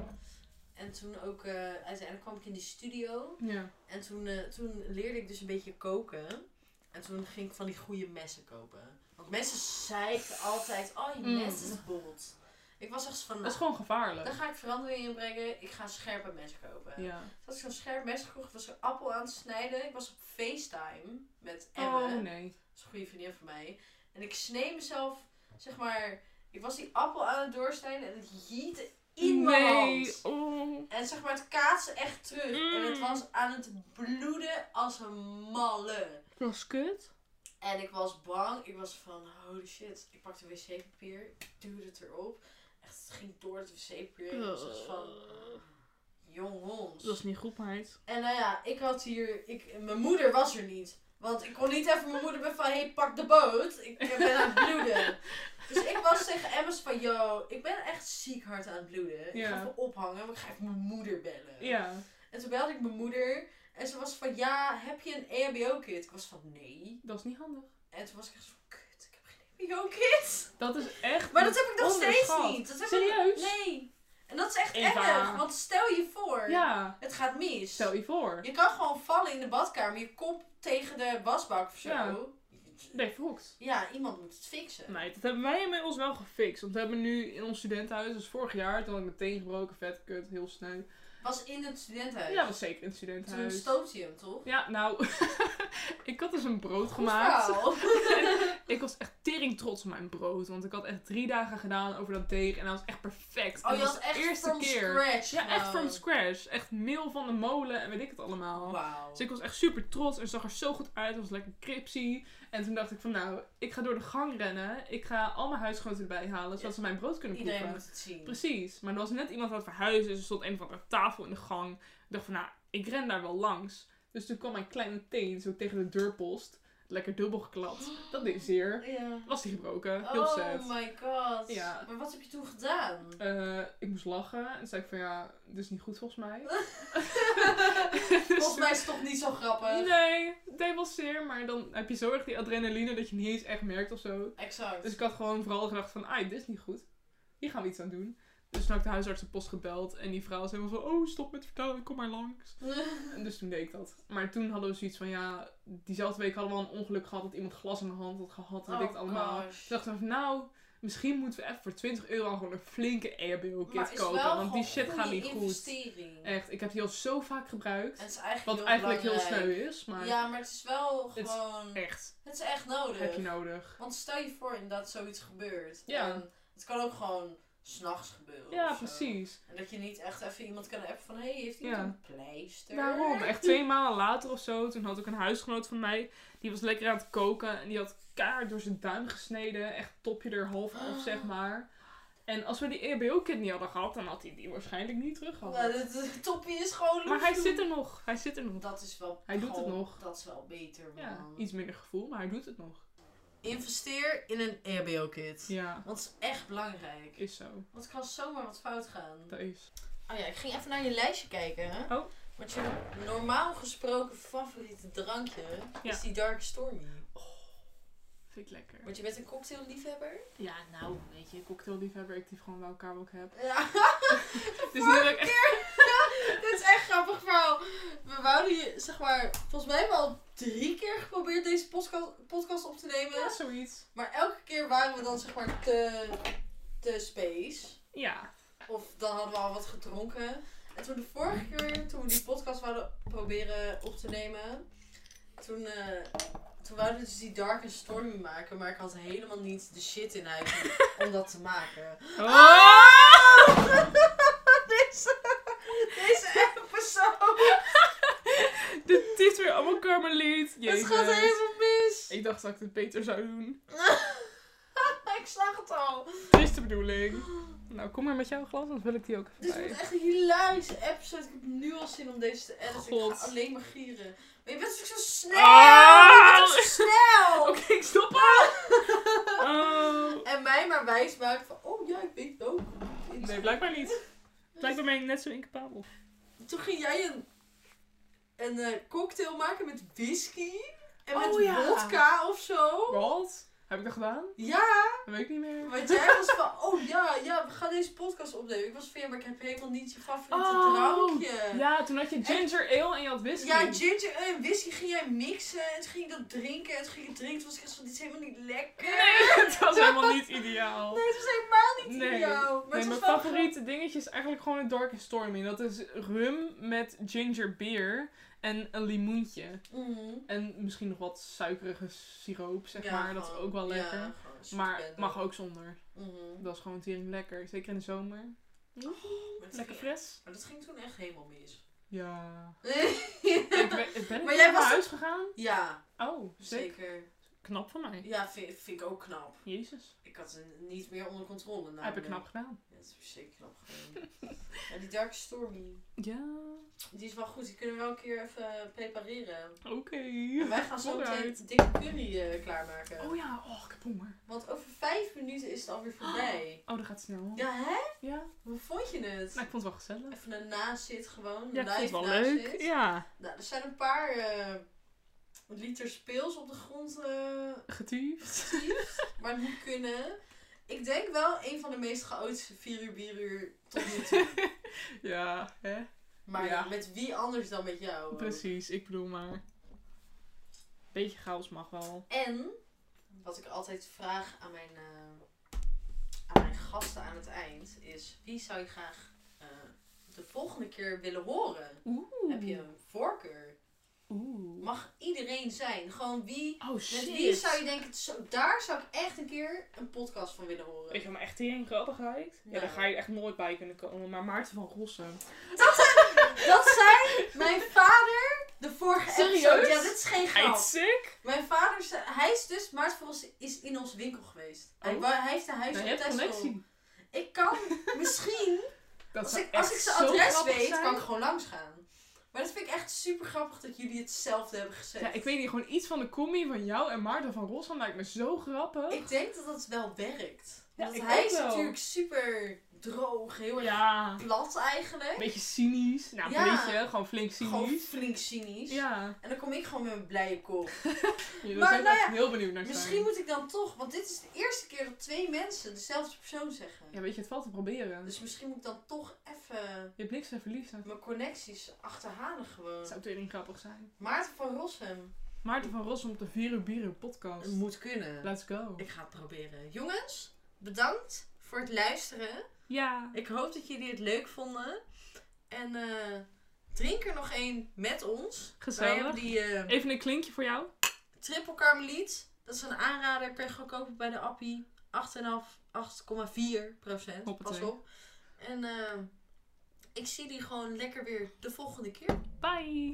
A: En toen ook. eh, uiteindelijk kwam ik in die studio.
B: Ja.
A: En toen, eh, toen leerde ik dus een beetje koken. En toen ging ik van die goede messen kopen. Want mensen zeiken altijd: oh, je
B: Mm.
A: mes is bot. Ik was echt van.
B: Dat is
A: Nou,
B: gewoon
A: daar
B: gevaarlijk.
A: ga ik verandering in brengen. Ik ga scherpe messen kopen.
B: Ja.
A: Toen had ik zo'n scherp mes gekocht, was een appel aan het snijden. Ik was op FaceTime met Emme,
B: Oh, nee.
A: dat is een goede vriendin van mij. En ik snee mezelf, zeg maar, ik was die appel aan het doorsnijden en het jiette in mijn
B: nee.
A: hand.
B: Oh.
A: En zeg maar, het kaatste echt terug. En het
B: Mm.
A: was aan het bloeden als een malle.
B: Dat was kut.
A: En ik was bang. Ik was van, holy shit. Ik pakte wc-papier, ik duwde het erop. Echt, het ging door het wc-papier. En ik was echt van, jongens.
B: Oh. Dat is niet goed, meid.
A: En nou ja, ik had hier. Ik, mijn moeder was er niet. Want ik kon niet even mijn moeder ben van: hé, hey, pak de boot. Ik ben aan het
B: <laughs>
A: bloeden. Dus ik was tegen Emma's van: yo, ik ben echt ziek hard aan het bloeden. Ik
B: Ja.
A: ga even ophangen, want ik ga even mijn moeder bellen.
B: Ja.
A: En toen belde ik mijn moeder. En ze was van: ja, heb je een E EHBO-kit? Ik was van: nee.
B: Dat is niet handig.
A: En toen was ik echt van: kut, ik heb geen E EHBO-kit.
B: Dat is echt...
A: Maar dat heb ik nog
B: onderschat.
A: steeds niet. Dat heb
B: Serieus?
A: Ik, nee. En dat is echt
B: Eva.
A: erg, want stel je voor,
B: Ja.
A: het gaat mis.
B: Stel je voor.
A: Je kan gewoon vallen in de badkamer, je kop tegen de wasbak of zo.
B: Ja.
A: Ja,
B: Nee, fokt.
A: iemand moet het fixen.
B: Nee, dat hebben wij inmiddels wel gefixt. Want we hebben nu in ons studentenhuis, dus vorig jaar, toen had ik meteen gebroken, vet, kut, heel snel.
A: Was in het studentenhuis.
B: Ja, dat was zeker in het
A: Toen
B: studentenhuis.
A: stoot hij hem toch?
B: Ja, nou, <laughs> ik had dus een brood
A: Goed
B: gemaakt.
A: verhaal.
B: <laughs> Ik was echt tering trots op mijn brood. Want ik had echt drie dagen gedaan over dat deeg. En dat was echt perfect.
A: Oh,
B: en
A: je
B: dat
A: had
B: was
A: echt
B: de eerste
A: from
B: keer.
A: scratch.
B: Ja, echt
A: gewoon.
B: from scratch. Echt meel van de molen en weet ik het allemaal.
A: Wauw.
B: Dus ik was echt super trots en zag er zo goed uit. Het was lekker cripsy. En toen dacht ik van nou, ik ga door de gang rennen. Ik ga al mijn huisgenoten erbij halen, zodat ze mijn brood kunnen proeven.
A: Iedereen moet het zien.
B: Precies. Maar er was net iemand aan het verhuizen. Dus er stond een van de tafel in de gang. Ik dacht van, nou, ik ren daar wel langs. Dus toen kwam mijn kleine teen zo tegen de deurpost. Lekker dubbel geklapt. Dat deed zeer.
A: Ja.
B: Was die gebroken. Heel sad.
A: Oh my god.
B: Ja.
A: Maar wat heb je toen gedaan?
B: Eh, ik moest lachen. En toen zei ik van, ja, dit is niet goed volgens
A: <laughs>
B: mij. Dus-
A: Volgens mij
B: <laughs>
A: is het toch niet zo grappig.
B: Nee, het deed wel zeer. Maar dan heb je zo erg die adrenaline dat je niet eens echt merkt of zo.
A: Exact. <laughs>
B: Dus ik had gewoon vooral gedacht van, ai, dit is niet goed. Hier gaan we iets aan doen. Dus toen had ik de huisartsenpost gebeld. En die vrouw was helemaal van, oh, stop met vertellen, kom maar langs. En dus toen deed ik dat. Maar toen hadden we zoiets van, ja, diezelfde week hadden we al een ongeluk gehad. Dat iemand glas in de hand had gehad. En weet ik het
A: Oh,
B: allemaal.
A: gosh.
B: Toen dachten we van, nou, misschien moeten we even voor 20 euro gewoon een flinke
A: Maar
B: EHBO-kit
A: is wel
B: kopen. Want die
A: gewoon
B: shit gaat
A: goede
B: niet goed.
A: investering.
B: Echt, ik heb die al zo vaak gebruikt.
A: En het is eigenlijk
B: wat
A: heel
B: eigenlijk heel
A: belangrijk.
B: sneu is. Maar
A: Ja, maar het is wel
B: is
A: gewoon.
B: echt,
A: Het is echt nodig.
B: heb je nodig.
A: Want stel je voor dat zoiets gebeurt.
B: Ja.
A: En het kan ook gewoon s'nachts gebeuren.
B: Ja,
A: of zo.
B: precies.
A: En dat je niet echt even iemand kan appen van, hé, hey, heeft
B: Ja.
A: iemand een pleister?
B: Daarom, echt twee maanden later of zo, toen had ik een huisgenoot van mij, die was lekker aan het koken en die had kaart door zijn duim gesneden, echt topje er half
A: <gasps>
B: af, zeg maar. En als we die EHBO-kit niet hadden gehad, dan had hij die waarschijnlijk niet terug gehad.
A: Nou, het, het topje is gewoon
B: Maar hij
A: loesoe.
B: zit er nog, hij zit er nog.
A: Dat is wel...
B: Hij doet het
A: gewoon-
B: nog.
A: Dat is wel beter, man.
B: Ja, iets minder gevoel, maar hij doet het nog.
A: Investeer in een EHBO-kit.
B: Ja,
A: Want het is echt belangrijk.
B: is zo.
A: Want er kan zomaar wat fout gaan.
B: Dat is.
A: Oh ja, ik ging even naar je lijstje kijken. Hè?
B: Oh.
A: Want je normaal gesproken favoriete drankje is
B: Ja.
A: die Dark Stormy.
B: Vind ik lekker.
A: Want je bent een cocktailliefhebber.
B: Ja, nou, weet je, cocktailliefhebber, ik die gewoon bij elkaar wat ik heb.
A: Ja, <laughs>
B: Het is niet dat ik echt...
A: dit is echt grappig verhaal. We wouden je, zeg maar, volgens mij hebben we al drie keer geprobeerd deze podca- podcast op te nemen.
B: Ja, <laughs> zoiets.
A: Maar elke keer waren we dan, zeg maar, te, te space.
B: Ja.
A: Of dan hadden we al wat gedronken. En toen de vorige keer, toen we die podcast wouden proberen op te nemen, toen, eh, toen wouden we dus die Dark and Stormy maken, maar ik had helemaal niet de shit in huis om dat te maken.
B: Ah! Oh!
A: deze, deze episode,
B: Dit is weer allemaal karmeliet.
A: het gaat helemaal mis.
B: Ik dacht dat ik het beter zou <gasps> doen.
A: ik zag het al.
B: Dat is de bedoeling. Nou, kom maar met jouw glas, dan wil ik die ook even
A: Dit
B: bij.
A: wordt echt een hilarische episode. Ik heb nu al zin om deze te editen. Ik
B: God.
A: ga alleen maar gieren. Maar je bent natuurlijk zo snel.
B: Ah!
A: Je bent ook zo snel.
B: Oh, Oké, <laughs> ik stop al! Oh.
A: En mij maar wijs maken van, oh ja, ik weet het ook.
B: Nee, blijkbaar niet. Blijkbaar ben ik net zo incapabel.
A: Toen ging jij een, een eh, cocktail maken met whisky en
B: Oh,
A: met
B: ja.
A: vodka of
B: Oh.
A: zo.
B: Wat? Heb ik dat gedaan?
A: Ja,
B: Dat weet ik niet meer.
A: want jij was van, oh ja, ja, we gaan deze podcast opnemen. Ik was van, ja, maar ik heb helemaal niet je favoriete
B: Oh,
A: drankje.
B: Ja, toen had je ginger ale en je had
A: Eh,
B: whisky. <laughs>
A: Ja, ginger ale en whisky ging jij mixen en toen ging ik dat drinken en toen ging ik het drinken. Toen was ik echt van, dit is helemaal niet lekker.
B: Nee, dat was helemaal niet ideaal.
A: Nee, het was helemaal niet
B: Nee.
A: jou. Maar
B: Nee,
A: het
B: mijn
A: was wel
B: favoriete dingetje is eigenlijk gewoon een dark and stormy. Dat is rum met ginger beer en een limoentje.
A: gewoon- Mhm.
B: En misschien nog wat suikerige siroop, zeg
A: Ja,
B: maar. Dat is
A: gewoon-
B: ook wel
A: ja,
B: lekker.
A: gewoon een
B: maar
A: soepende.
B: mag ook zonder.
A: Mhm.
B: Dat is gewoon tering lekker. Zeker in de zomer.
A: Maar dat
B: Lekker
A: ging-
B: fris.
A: Maar dat ging toen echt helemaal
B: <laughs>
A: mis.
B: Ja. Ik ben, ik
A: <laughs>
B: ben
A: Maar
B: ik
A: jij
B: naar
A: was-
B: huis gegaan.
A: ja,
B: Oh, sick.
A: zeker.
B: Knap van mij.
A: Ja, vind, vind ik ook knap.
B: Jezus.
A: Ik had het niet meer onder controle.
B: Heb ik
A: namelijk.
B: knap gedaan.
A: Nou, Ja, dat is zeker knap gedaan. <laughs> ja, die Dark Stormy,
B: Ja.
A: die is wel goed. Die kunnen we wel een keer even prepareren.
B: Oké.
A: En wij gaan zo meteen
B: Alright.
A: dikke curry eh, klaarmaken.
B: Oh ja. Oh, ik heb honger.
A: Want over vijf minuten is het alweer voorbij.
B: Oh, dat gaat snel.
A: Ja, hè?
B: Ja.
A: Hoe vond je het?
B: Nou, ik vond het wel gezellig.
A: Even een nazit gewoon.
B: Ja,
A: een
B: ik
A: live
B: vond het wel
A: nazit.
B: leuk. Ja.
A: Nou, er zijn een paar eh liter speels op de grond eh,
B: Getuurd. <laughs>
A: Precies, maar het moet kunnen. Ik denk wel een van de meest chaotische 4 uur, 4 uur tot nu toe.
B: Ja, hè?
A: Maar
B: Ja.
A: met wie anders dan met jou? ook.
B: Precies, ik bedoel maar. Beetje chaos mag wel.
A: En, wat ik altijd vraag aan mijn, eh, aan mijn gasten aan het eind, is wie zou je graag eh, de volgende keer willen horen?
B: Oeh.
A: Heb je een voorkeur?
B: Oeh.
A: Mag iedereen zijn? Gewoon wie...
B: Oh
A: Met
B: shit.
A: wie zou je denken, zo, daar zou ik echt een keer een podcast van willen horen?
B: Ik heb me echt heel grappig lijkt. Ja,
A: Nou.
B: daar ga je echt nooit bij kunnen komen. Maar Maarten van Rossum.
A: Oh. Dat zei mijn vader de vorige
B: Serieus?
A: episode. Ja, dit is geen grap.
B: Hij is sick.
A: Mijn vader, zei- hij is dus, Maarten van Rossum is in onze winkel geweest. Hij,
B: Oh.
A: wa- hij heeft een huis
B: Nou, je
A: op
B: hebt
A: Texel.
B: connectie.
A: Ik kan misschien,
B: <laughs> Dat
A: als
B: zou
A: ik, als
B: echt
A: ik zijn
B: zo
A: adres
B: grappig
A: weet,
B: zijn.
A: kan ik gewoon langs gaan. Maar dat vind ik echt super grappig dat jullie hetzelfde hebben gezegd.
B: Ja, ik weet niet, gewoon iets van de combi van jou en Maarten van Rossum lijkt me zo grappig.
A: Ik denk dat dat wel werkt.
B: Ja,
A: Want
B: ik
A: hij
B: ook
A: is
B: wel.
A: natuurlijk super droog, heel erg
B: Ja.
A: plat eigenlijk.
B: Een beetje cynisch. Nou,
A: Ja.
B: een beetje. Gewoon flink
A: Gewoon
B: cynisch.
A: flink cynisch.
B: Ja.
A: En dan kom ik gewoon met een blije kop.
B: Ja,
A: Maar
B: daar zijn we
A: nou
B: echt heel benieuwd naar zijn.
A: Misschien moet ik dan toch, want dit is de eerste keer dat twee mensen dezelfde persoon zeggen.
B: Ja, weet je, het valt te proberen.
A: Dus misschien moet ik dan toch even
B: Je hebt niks te verliezen.
A: mijn connecties achterhalen
B: Het
A: gewoon.
B: zou tering grappig zijn.
A: Maarten van Rossum.
B: Maarten van Rossum op de Vieren Bieren podcast.
A: moet kunnen.
B: Let's go.
A: Ik ga het proberen. Jongens, bedankt voor het luisteren.
B: Ja.
A: Ik hoop dat jullie het leuk vonden. En eh, drink er nog één met ons. Wij hebben
B: Gezellig.
A: die eh,
B: Even een klinkje voor jou.
A: triple karmeliet. Dat is een aanrader. Kan je gewoon kopen bij de appie. 8,5, 8,4 procent. Pas ehm,
B: Hoppatee.
A: op. En eh, ik zie die gewoon lekker weer de volgende keer.
B: Bye!